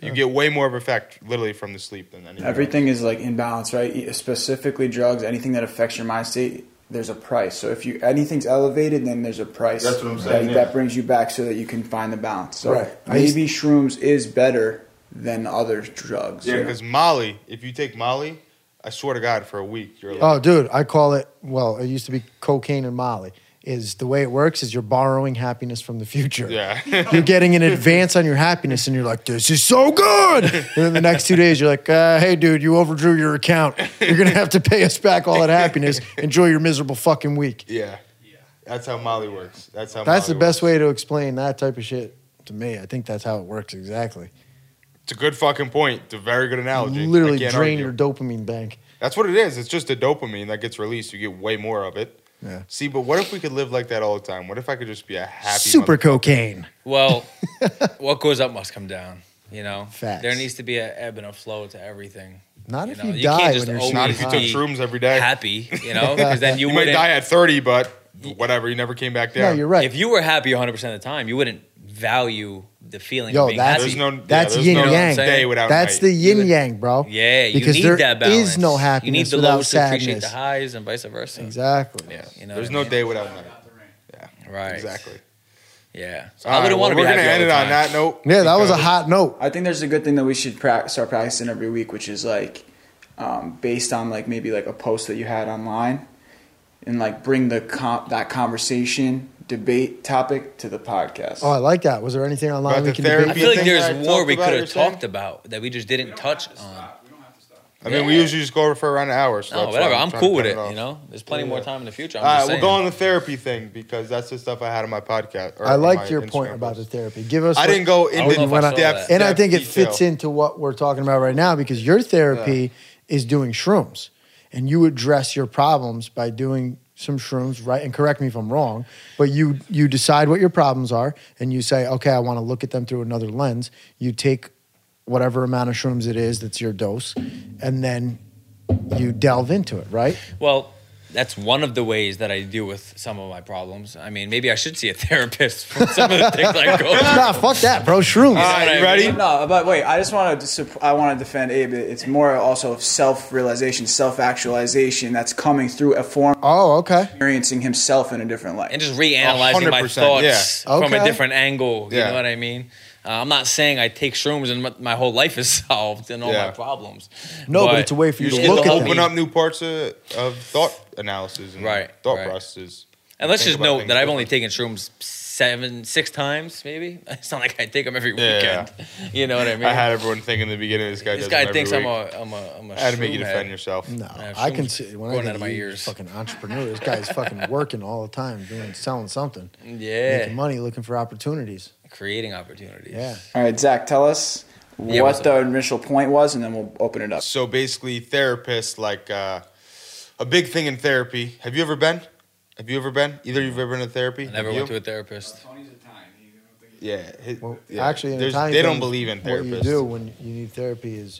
E: You get way more of effect literally from the sleep than anything.
B: Everything is like in balance, right? E- Specifically, drugs, anything that affects your mind state, there's a price. So if you anything's elevated, then there's a price.
H: That's what I'm
B: that-
H: saying,
B: That,
H: yeah.
B: brings you back so that you can find the balance. So
G: Right. I used-
B: maybe shrooms is better than other drugs.
H: Yeah,
B: you know?
E: Because Molly, if you take Molly, I swear to God, for a week you're like,
G: Oh, dude, I call it. Well, it used to be cocaine and Molly. Is the way it works is you're borrowing happiness from the future.
E: yeah.
G: You're getting an advance on your happiness, and you're like, "This is so good." And then the next two days, you're like, uh, "Hey, dude, you overdrew your account. You're gonna have to pay us back all that happiness. Enjoy your miserable fucking week."
E: Yeah. That's how Molly works. That's how.
G: That's the
E: Molly
G: best
E: works.
G: way to explain that type of shit to me. I think that's how it works exactly.
E: It's a good fucking point. It's a very good analogy. I
G: Literally
E: can't
G: drain
E: argue.
G: your dopamine bank.
E: That's what it is. It's just the dopamine that gets released. You get way more of it.
G: Yeah.
E: See, but what if we could live like that all the time? What if I could just be a happy
G: Super
E: mother-
G: cocaine.
F: Well, what goes up must come down. You know,
G: Facts.
F: there needs to be an ebb and a flow to everything.
G: Not
F: You
G: if
F: know,
G: you,
F: you can't
G: die
F: just
G: when you're
F: always
E: Not if you
G: super
E: took
F: be-
G: high.
E: shrooms every day.
F: Happy, you know, because then you,
E: You might
F: wouldn't.
E: die at thirty, but whatever. You never came back
G: No,
E: down.
G: you're right.
F: If you were happy 100 percent of the time, you wouldn't value the feeling.
G: Yo,
F: of being
G: that's-
E: There's
F: happy.
E: no. yeah,
G: That's
E: there's
G: yin
E: no
G: yang.
E: Day without
G: That's
E: night.
G: the yin
F: would-
G: yang, bro.
F: Yeah, you
G: because
F: need
G: there
F: that balance.
G: is no happiness
F: You need the
G: without
F: lows
G: sadness.
F: to appreciate the highs and vice versa.
G: Exactly.
E: Yeah.
F: You know
E: there's
F: what
E: no
F: I mean?
E: day without night.
F: Right.
E: Exactly.
F: Yeah. So
E: All
F: I
E: right, well,
F: wouldn't want to be
E: We're
F: happy
E: gonna end it
F: all
E: on
F: the time.
E: that note.
G: Yeah, that was a
E: because-
G: hot note.
B: I think there's a good thing that we should pra- start practicing every week, which is like um, based on like maybe like a post that you had online, and like bring the com- that conversation debate topic to the podcast.
G: Oh, I like that. Was there anything online
E: About
G: we
E: the
G: can
E: therapy
F: I
G: debate?
F: feel like
E: thing that I
F: there's more
E: talked
F: we
E: about,
F: could
E: you're
F: have
E: saying?
F: talked about that we just didn't touch on.
A: We don't have to stop.
E: I mean, we
F: Yeah.
E: usually just go over for around an hour. So
F: No,
E: that's why
F: whatever.
E: trying
F: I'm
E: to
F: cool
E: cut
F: with it.
E: off.
F: You know, there's plenty more time in the future. I'm
E: All right,
F: just
E: we'll
F: saying.
E: go on the therapy thing because that's the stuff I had on my podcast. or
G: I
E: on
G: liked
E: my
G: your
E: Instagram
G: point about the
E: post.
G: therapy. Give us.
E: I
G: what-
E: didn't go
F: I don't know
E: into
F: if I saw
E: depth,
F: that.
G: and I
E: depth
G: think it
E: detail.
G: fits into what we're talking about right now because your therapy is doing shrooms, and you address your problems by doing some shrooms, right? And correct me if I'm wrong, but you you decide what your problems are, and you say, okay, I want to look at them through another lens. You take whatever amount of shrooms it is that's your dose, and then you delve into it, right?
F: Well, that's one of the ways that I deal with some of my problems. I mean, maybe I should see a therapist for some of the things I go. through.
G: nah, fuck that, bro. Shrooms.
E: All right, you
F: what I
E: ready?
B: No, but wait. I just want to. dis- I want to defend Abe. It's more also of self-realization, self-actualization that's coming through a form,
G: Oh, okay.
B: experiencing himself in a different light.
F: and just reanalyzing my
E: 100%,
F: thoughts
G: yeah.
F: from a
G: Okay.
F: different angle. You
E: Yeah.
F: know what I mean? Uh, I'm not saying I take shrooms and my, my whole life is solved and all
E: Yeah.
F: my problems.
G: No, but it's a way for
E: You
G: you
F: It
G: to
E: just
F: will
G: look at
E: get to
F: help
G: them.
E: open
F: me.
E: up new parts of, of thought analysis and
F: Right,
E: thought
F: right.
E: processes.
F: And let's
E: Think
F: just
E: about
F: note
E: things
F: that I've only taken shrooms seven, six times, maybe. It's not like I take them every
E: Yeah, yeah,
F: weekend. You know what I mean?
E: I had everyone think in the beginning this guy
F: this
E: does
F: guy
E: them
F: thinks
E: every
F: I'm
E: week.
F: a, I'm a, I'm a
E: I had to make you
F: shroom
E: defend
F: head.
E: yourself.
G: No,
F: Yeah,
G: I can
F: shrooms
G: see when
F: going
G: I
F: out of
G: think
F: my
G: of you,
F: ears.
G: Fucking entrepreneur. This guy's fucking working all the time, doing selling something, making
F: Yeah,
G: money, looking for opportunities.
F: creating opportunities.
G: Yeah,
B: All right, Zach, tell us
F: Yeah, what's
B: what the initial point was, and then we'll open it up.
E: So basically, therapists like uh, a big thing in therapy. Have you ever been? Have you ever been? Either you've ever been to therapy?
F: I never
E: Have
F: went
E: you?
F: to a therapist.
A: Tony's a time. He don't think
E: Yeah. hi-
G: well,
E: yeah.
G: actually, in
E: There's-
G: Italian
E: they don't
G: films,
E: believe in therapists.
G: What you do when you need therapy is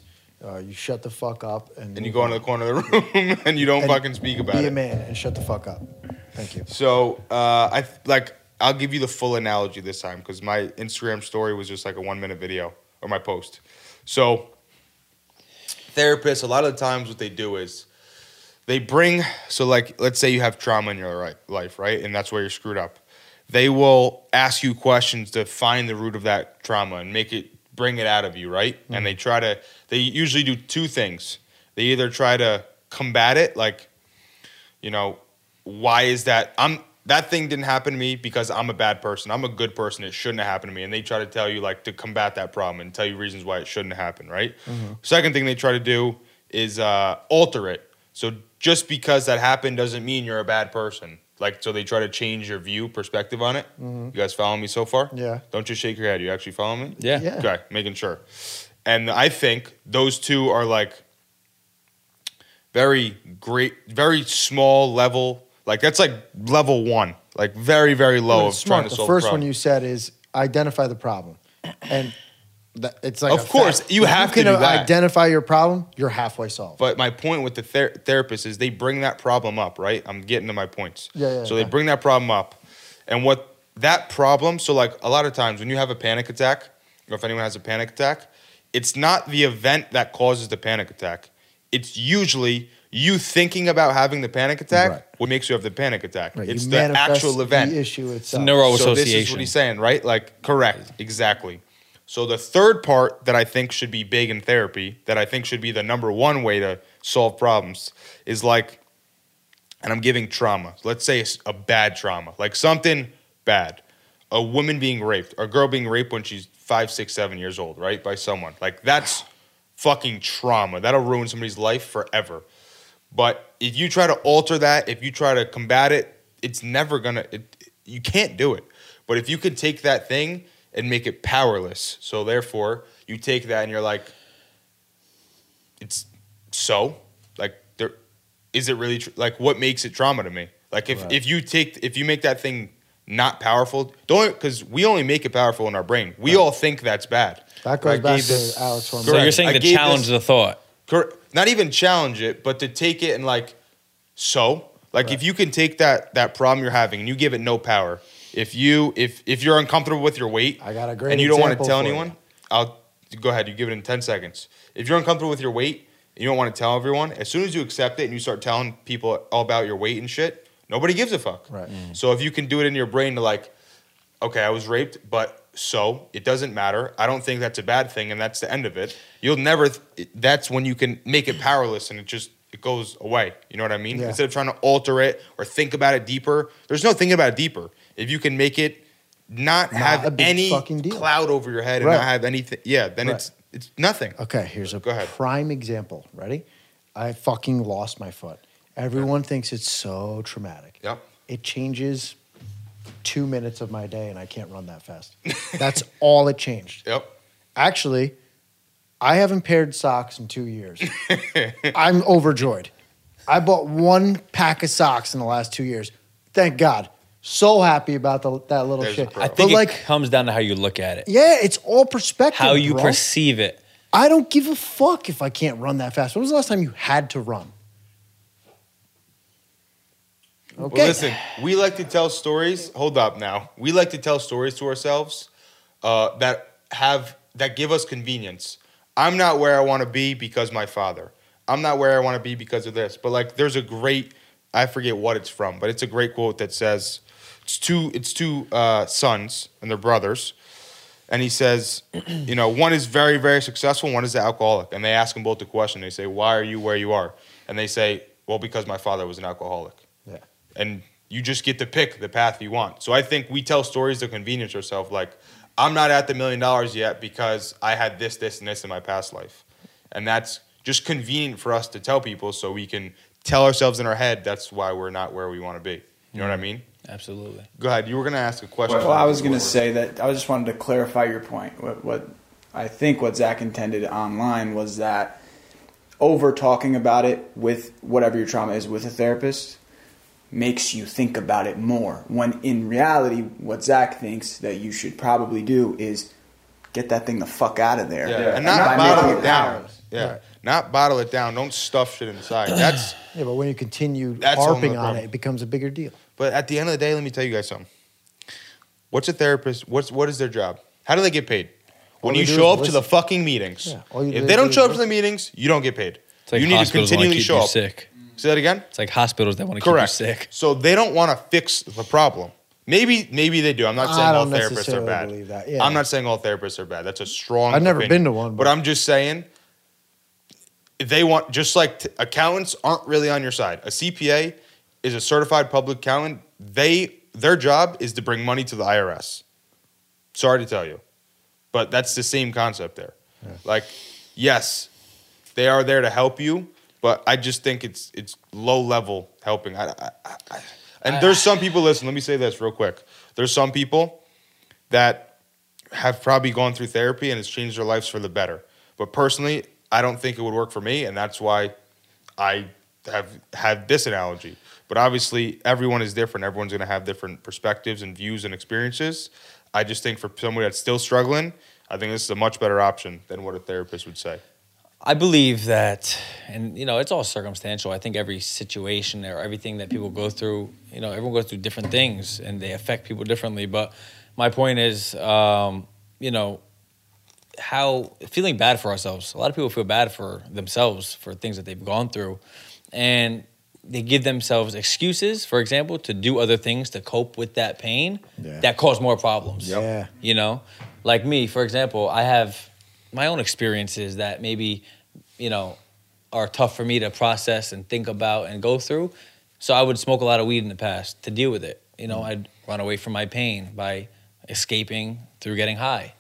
G: uh, you shut the fuck up and
E: and you
G: move
E: go
G: on.
E: into the corner of the room and you don't
G: And
E: fucking speak about
G: Be
E: it.
G: a man and shut the fuck up. Thank you.
E: So uh, I th- like I'll give you the full analogy this time because my Instagram story was just like a one minute video or my post. So therapists, a lot of the times, what they do is they bring so like let's say you have trauma in your ri- life, right, and that's where you're screwed up. They will ask you questions to find the root of that trauma and make it bring it out of you, right? And they try to they usually do two things. They either try to combat it, like you know why is that i'm that thing didn't happen to me because i'm a bad person i'm a good person it shouldn't have happened to me and they try to tell you like to combat that problem and tell you reasons why it shouldn't happen right second thing they try to do is uh, alter it so just because that happened doesn't mean you're a bad person like so they try to change your view perspective on it you guys following me so far
G: Yeah.
E: don't just shake your head you actually follow me
F: Yeah.
G: Yeah.
E: Okay, making sure. And I think those two are like very great, very small level. Like that's like level one. like very very low
G: Well,
E: of
G: it's
E: Oh, trying
G: smart.
E: to
G: The
E: solve. a
G: first
E: problem.
G: one you said is identify the problem, and that, it's like
E: Of
G: a
E: course,
G: fact.
E: you
G: If
E: have to
G: you can
E: do that.
G: identify your problem. You're halfway solved.
E: But my point with the ther- therapist is they bring that problem up, right? I'm getting to my points.
G: Yeah, yeah,
E: So
G: yeah.
E: they bring that problem up, and what that problem. So like a lot of times when you have a panic attack, or if anyone has a panic attack, it's not the event that causes the panic attack. It's usually you thinking about having the panic attack
G: Right.
E: what makes you have the panic attack.
G: Right, you
E: It's the
G: manifest
E: actual event.
G: The issue itself.
F: neuro
E: So this is
F: association.
E: what he's saying, right? Like, correct, exactly. So the third part that I think should be big in therapy, that I think should be the number one way to solve problems, is like, and I'm giving trauma. Let's say it's a bad trauma, like something bad, a woman being raped, a girl being raped when she's five, six, seven years old, right, by someone. Like that's fucking trauma. That'll ruin somebody's life forever. But if you try to alter that, if you try to combat it, it's never gonna. It, you can't do it. But if you can take that thing and make it powerless, so therefore you take that and you're like, it's so like there. Is it really tr- like what makes it trauma to me? Like if if you take if you make that thing not powerful, don't because we only make it powerful in our brain. We all think that's bad.
G: That goes
E: I
G: back
E: gave
G: to
E: this-
G: Alex Hormozzi.
F: So
E: Correct.
F: you're saying
E: I
F: to
E: gave
F: challenge
E: this-
F: the thought.
E: Cor- not even challenge it, but to take it and like, so like if you can take that that problem you're having and you give it no power. If you if if you're uncomfortable with your weight,
G: I got a great
E: and you don't want to
G: example
E: tell
G: for you.
E: anyone. I'll go ahead. You give it in ten seconds. If you're uncomfortable with your weight and you don't want to tell everyone, as soon as you accept it and you start telling people all about your weight and shit, nobody gives a fuck.
G: Right.
E: So if you can do it in your brain to like, okay, I was raped, but so it doesn't matter. I don't think that's a bad thing, and that's the end of it. You'll never. Th- that's when you can make it powerless, and it just it goes away. You know what I mean?
G: Yeah.
E: Instead of trying to alter it or think about it deeper, there's no thinking about it deeper. If you can make it not,
G: a
E: have
G: big
E: any
G: fucking deal.
E: cloud over your head and
G: Right.
E: not have anything, yeah, then
G: Right. Uh.
E: it's it's nothing.
G: Okay, here's a
E: Go ahead.
G: prime example. Ready? I fucking lost my foot. Everyone thinks it's so traumatic.
E: Yep.
G: It changes two minutes of my day, and I can't run that fast. That's all it changed.
E: Yep.
G: Actually, I haven't paired socks in two years. I'm overjoyed. I bought one pack of socks in the last two years. Thank God. So happy about the, that little
E: There's a
G: shit.
E: pro.
F: I
E: But
F: think
G: but like,
F: it comes down to how you look at it,
G: yeah, it's all perspective.
F: how you
G: bro.
F: perceive it.
G: I don't give a fuck if I can't run that fast. When was the last time you had to run? Okay.
E: Well, listen, we like to tell stories. Hold up now. We like to tell stories to ourselves uh, that have that give us convenience. I'm not where I want to be because my father. I'm not where I want to be because of this. But like, there's a great I forget what it's from, but it's a great quote that says it's two it's two uh, sons and they're brothers. And he says, you know, one is very, very successful, one is the alcoholic. And they ask them both the question. They say, why are you where you are? And they say, well, because my father was an alcoholic
G: Yeah.
E: and you just get to pick the path you want. So I think we tell stories to convenience ourselves. Like, I'm not at the million dollars yet because I had this, this, and this in my past life, and that's just convenient for us to tell people so we can tell ourselves in our head that's why we're not where we want to be. You know what I mean?
F: Absolutely.
E: Go ahead. You were gonna ask a question.
B: Mm-hmm. Well, I was going to say that I just wanted to clarify your point. What, what I think what Zach intended online was that over talking about it with whatever your trauma is with a therapist makes you think about it more. When in reality, what Zach thinks that you should probably do is get that thing the fuck out of there.
E: Yeah. and not,
B: by
E: bottle
B: making
E: it down.
B: ours.
E: Yeah, not bottle it down. Don't stuff shit inside. That's.
G: Yeah, but when you continue
E: That's
G: harping
E: another
G: on
E: problem.
G: it, it becomes a bigger deal.
E: But at the end of the day, let me tell you guys something. What's a therapist? What's what is their job? How do they get paid? When
G: they
E: you
G: do
E: show
G: is
E: up to the
G: listen.
E: fucking meetings,
G: Yeah, all you
E: if
G: do
E: they
G: is
E: don't
G: do
E: show
G: is
E: up to the meetings, you don't get paid.
F: It's like
E: you need to
F: hospitals wanna
E: continually
F: keep
E: show
F: you
E: up.
F: sick.
E: Say that again.
F: It's like hospitals that want to keep you
E: Correct.
F: sick.
E: So they don't want to fix the problem. Maybe maybe they do. I'm not
G: I
E: saying all
G: don't
E: therapists are
G: necessarily
E: bad.
G: believe that, yeah.
E: I'm not saying all therapists are bad. That's a strong.
G: I've never been
E: opinion.
G: to one,
E: but
G: but-
E: I'm just saying they want just like t- accountants aren't really on your side. A CPA is a certified public accountant. They their job is to bring money to the IRS. Sorry to tell you, but that's the same concept there. Like, yes, they are there to help you, but I just think it's it's low level helping. I, I, I, I- and there's some people. Listen, let me say this real quick. There's some people that have probably gone through therapy and it's changed their lives for the better. But personally, I don't think it would work for me, and that's why I have had this analogy. But obviously, everyone is different. Everyone's going to have different perspectives and views and experiences. I just think for somebody that's still struggling, I think this is a much better option than what a therapist would say.
F: I believe that, and you know, it's all circumstantial. I think every situation or everything that people go through, you know, everyone goes through different things and they affect people differently. But my point is, um, you know, how feeling bad for ourselves. A lot of people feel bad for themselves for things that they've gone through, and they give themselves excuses, for example, to do other things to cope with that pain
G: Yeah.
F: that cause more problems.
G: Yeah.
F: You know, like me, for example, I have my own experiences that maybe, you know, are tough for me to process and think about and go through. So I would smoke a lot of weed in the past to deal with it. You know, I'd run away from my pain by escaping through getting high.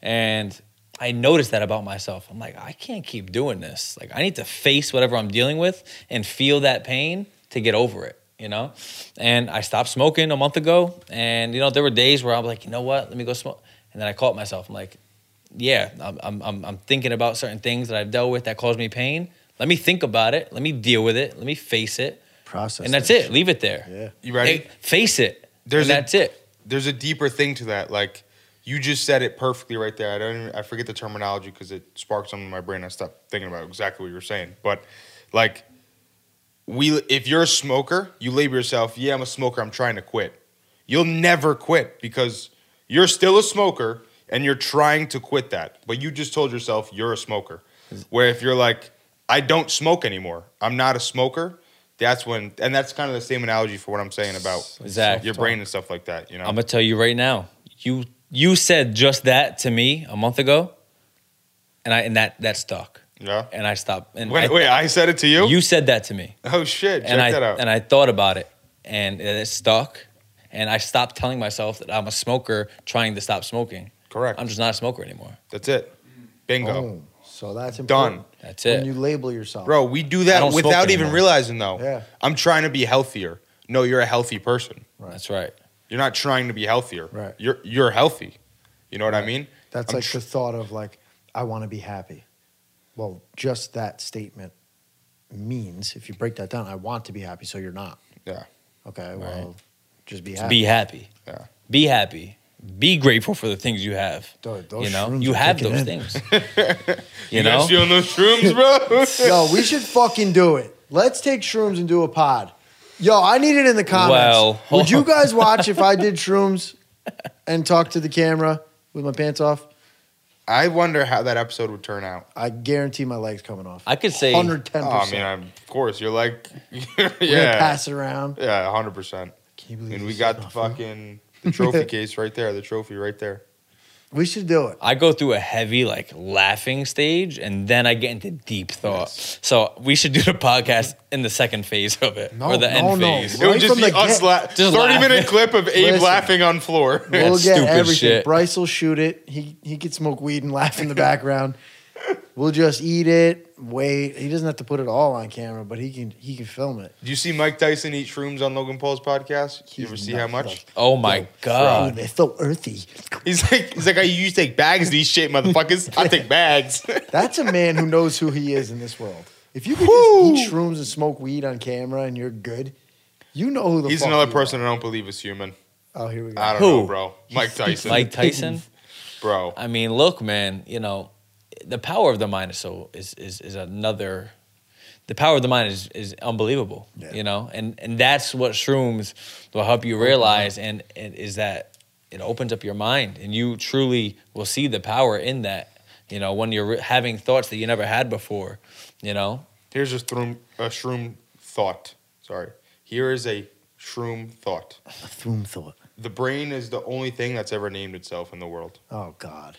F: And I noticed that about myself. I'm like, I can't keep doing this. Like, I need to face whatever I'm dealing with and feel that pain to get over it, you know? And I stopped smoking a month ago. And, you know, there were days where I'm like, you know what? Let me go smoke. And then I caught myself. I'm like, yeah, I'm, I'm, I'm, I'm thinking about certain things that I've dealt with that caused me pain. Let me think about it. Let me deal with it. Let me face it.
G: Process.
F: and that's
G: that
F: it. Leave it there.
G: shit. Yeah.
E: You ready?
F: Hey, face it.
E: There's
F: and
E: a-
F: that's it.
E: there's a deeper thing to that. Like you just said it perfectly right there. I don't even, I forget the terminology because it sparked something in my brain. I stopped thinking about exactly what you were saying. But like we, if you're a smoker, you label yourself, yeah, I'm a smoker. I'm trying to quit. You'll never quit because you're still a smoker and you're trying to quit that. But you just told yourself you're a smoker. Where if you're like, I don't smoke anymore. I'm not a smoker. That's when, and that's kind of the same analogy for what I'm saying about
F: Exact.
E: your brain and stuff like that. You know,
F: I'm gonna tell you right now. You you said just that to me a month ago, and I and that that stuck,
E: Yeah.
F: and I stopped. And
E: Wait,
F: I,
E: wait, I said it to you?
F: you said that to me,
E: oh shit, check
F: and I
E: that out.
F: and I thought about it, and it stuck, and I stopped telling myself that I'm a smoker trying to stop smoking.
E: Correct.
F: I'm just not a smoker anymore.
E: That's it. Bingo.
G: Boom. So that's
E: Done.
G: important.
F: That's
G: When
F: it.
G: you label yourself.
E: Bro, we do
F: I
E: that
F: don't smoke
E: without even
F: anymore.
E: realizing though.
G: Yeah.
E: I'm trying to be healthier. No, you're a healthy person.
F: That's right.
E: You're not trying to be healthier.
G: Right.
E: You're you're healthy. You know what I mean?
G: That's
E: I'm
G: like
E: tr-
G: the thought of like, I want to be happy. Well, just that statement means if you break that down, I want to be happy. So you're not.
E: Yeah.
G: Okay. Well, just be
F: Just
G: happy.
F: be happy.
E: Yeah.
F: Be happy. Be grateful for the things you have.
G: Dude, those
F: you know,
G: shrooms
F: you
G: are
F: have
G: kicking
F: those
G: in.
F: things. you,
E: You
F: know,
E: guys feeling those shrooms, bro?
G: Yo, we should fucking do it. Let's take shrooms and do a pod. Yo, I need it in the comments.
F: Well,
G: Would you guys watch if I did shrooms and talk to the camera with my pants off?
E: I wonder how that episode would turn out.
G: I guarantee my legs coming off.
F: I could say
G: 110%.
E: Oh, I mean, I'm, of course, you're like,
G: We're gonna
E: yeah,
G: pass it around.
E: yeah, hundred percent.
G: Can you believe
E: And we
G: this
E: got
G: is
E: the
G: awful?
E: fucking the trophy case right there, the trophy right there.
G: We should do it.
F: I go through a heavy like laughing stage and then I get into deep thought. So we should do the podcast in the second phase of it
G: No,
F: or the
G: no,
F: end
G: no.
E: It
F: phase.
G: Right
E: would just
G: from
E: be
G: the
E: us
G: get-
E: la-
F: Just
E: 30
F: laugh.
E: minute clip of Abe
G: Listen.
E: laughing on floor.
G: We'll
F: That's
G: get
F: stupid
G: everything.
F: shit.
G: Bryce will shoot it. He he could smoke weed and laugh in the background. we'll just eat it. Wait. He doesn't have to put it all on camera, but he can he can film it.
E: Do you see Mike Tyson eat shrooms on Logan Paul's podcast? You ever see how much?
F: Oh my
G: God,
F: god.
G: it's so earthy.
E: He's like, he's like, I used to take bags of these shit, motherfuckers. I take bags.
G: That's a man who knows who he is in this world. If you could
E: Woo!
G: just eat shrooms and smoke weed on camera and you're good, you know who the
E: he's
G: fuck
E: another
G: you are.
E: person I don't believe is human.
G: Oh, here we go.
E: I don't
F: Who?
E: know, bro. Mike Tyson.
F: Mike Tyson?
E: bro.
F: I mean, look, man, you know, the power of the mind is so is is, is another the power of the mind is, is unbelievable.
G: Yeah.
F: You know, and and that's what shrooms will help you realize and, and is that it opens up your mind and you truly will see the power in that. You know, when you're re- having thoughts that you never had before, you know,
E: Here's a shroom, a shroom thought. Sorry. Here is a shroom thought.
G: A throom thought.
E: The brain is the only thing that's ever named itself in the world.
G: Oh God.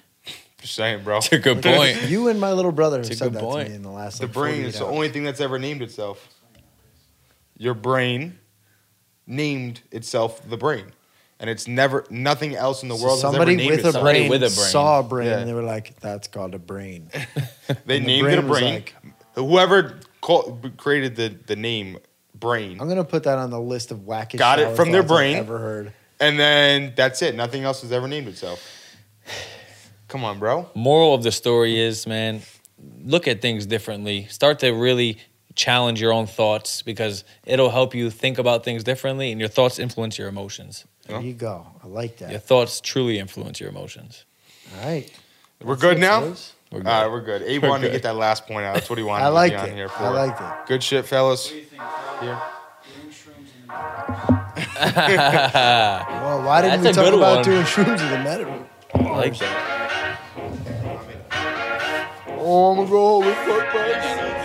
E: Just saying, bro.
F: it's a good point.
G: You and my little brother have
F: It's a
G: said
F: good
G: that
F: point.
G: to me in the last.
E: The
G: like,
E: brain
G: 48
E: is the
G: hours.
E: only thing that's ever named itself. Your brain named itself the brain, and it's never nothing else in the
G: So
E: world.
G: somebody
E: has ever named
G: with a
E: itself.
F: somebody
G: brain,
F: with a brain.
G: saw a brain
E: Yeah.
G: and they were like, "That's called a brain."
E: They
G: and the
E: named it a
G: brain was
E: brain.
G: like-
E: Whoever call, created the the name brain,
G: I'm gonna put that on the list of wackest.
E: Got it
G: shower
E: from their
G: thoughts I've
E: brain.
G: Ever heard?
E: and then that's it. Nothing else has ever named itself. Come on, bro.
F: moral of the story is, man, look at things differently. Start to really challenge your own thoughts because it'll help you think about things differently and your thoughts influence your emotions.
G: There you go. I like that.
F: Your thoughts truly influence your emotions.
G: All right.
E: We're
G: That's
E: good
G: it,
E: now.
G: fellas.
F: We're
E: All
F: good.
E: right, we're good. Abe
F: We're
E: wanted to
F: good.
E: get that last point out. That's what he wanted
G: I liked
E: to be on here
G: it.
E: for.
G: I liked it.
E: Good shit, fellas.
A: do you think? Tyler?
E: Here.
A: Doing shrooms in the
G: Well, why didn't
F: That's
G: we
F: a
G: talk
F: good
G: about
F: one.
G: doing shrooms in the medical?
F: I like that.
G: Oh, I'm gonna go home and fuck my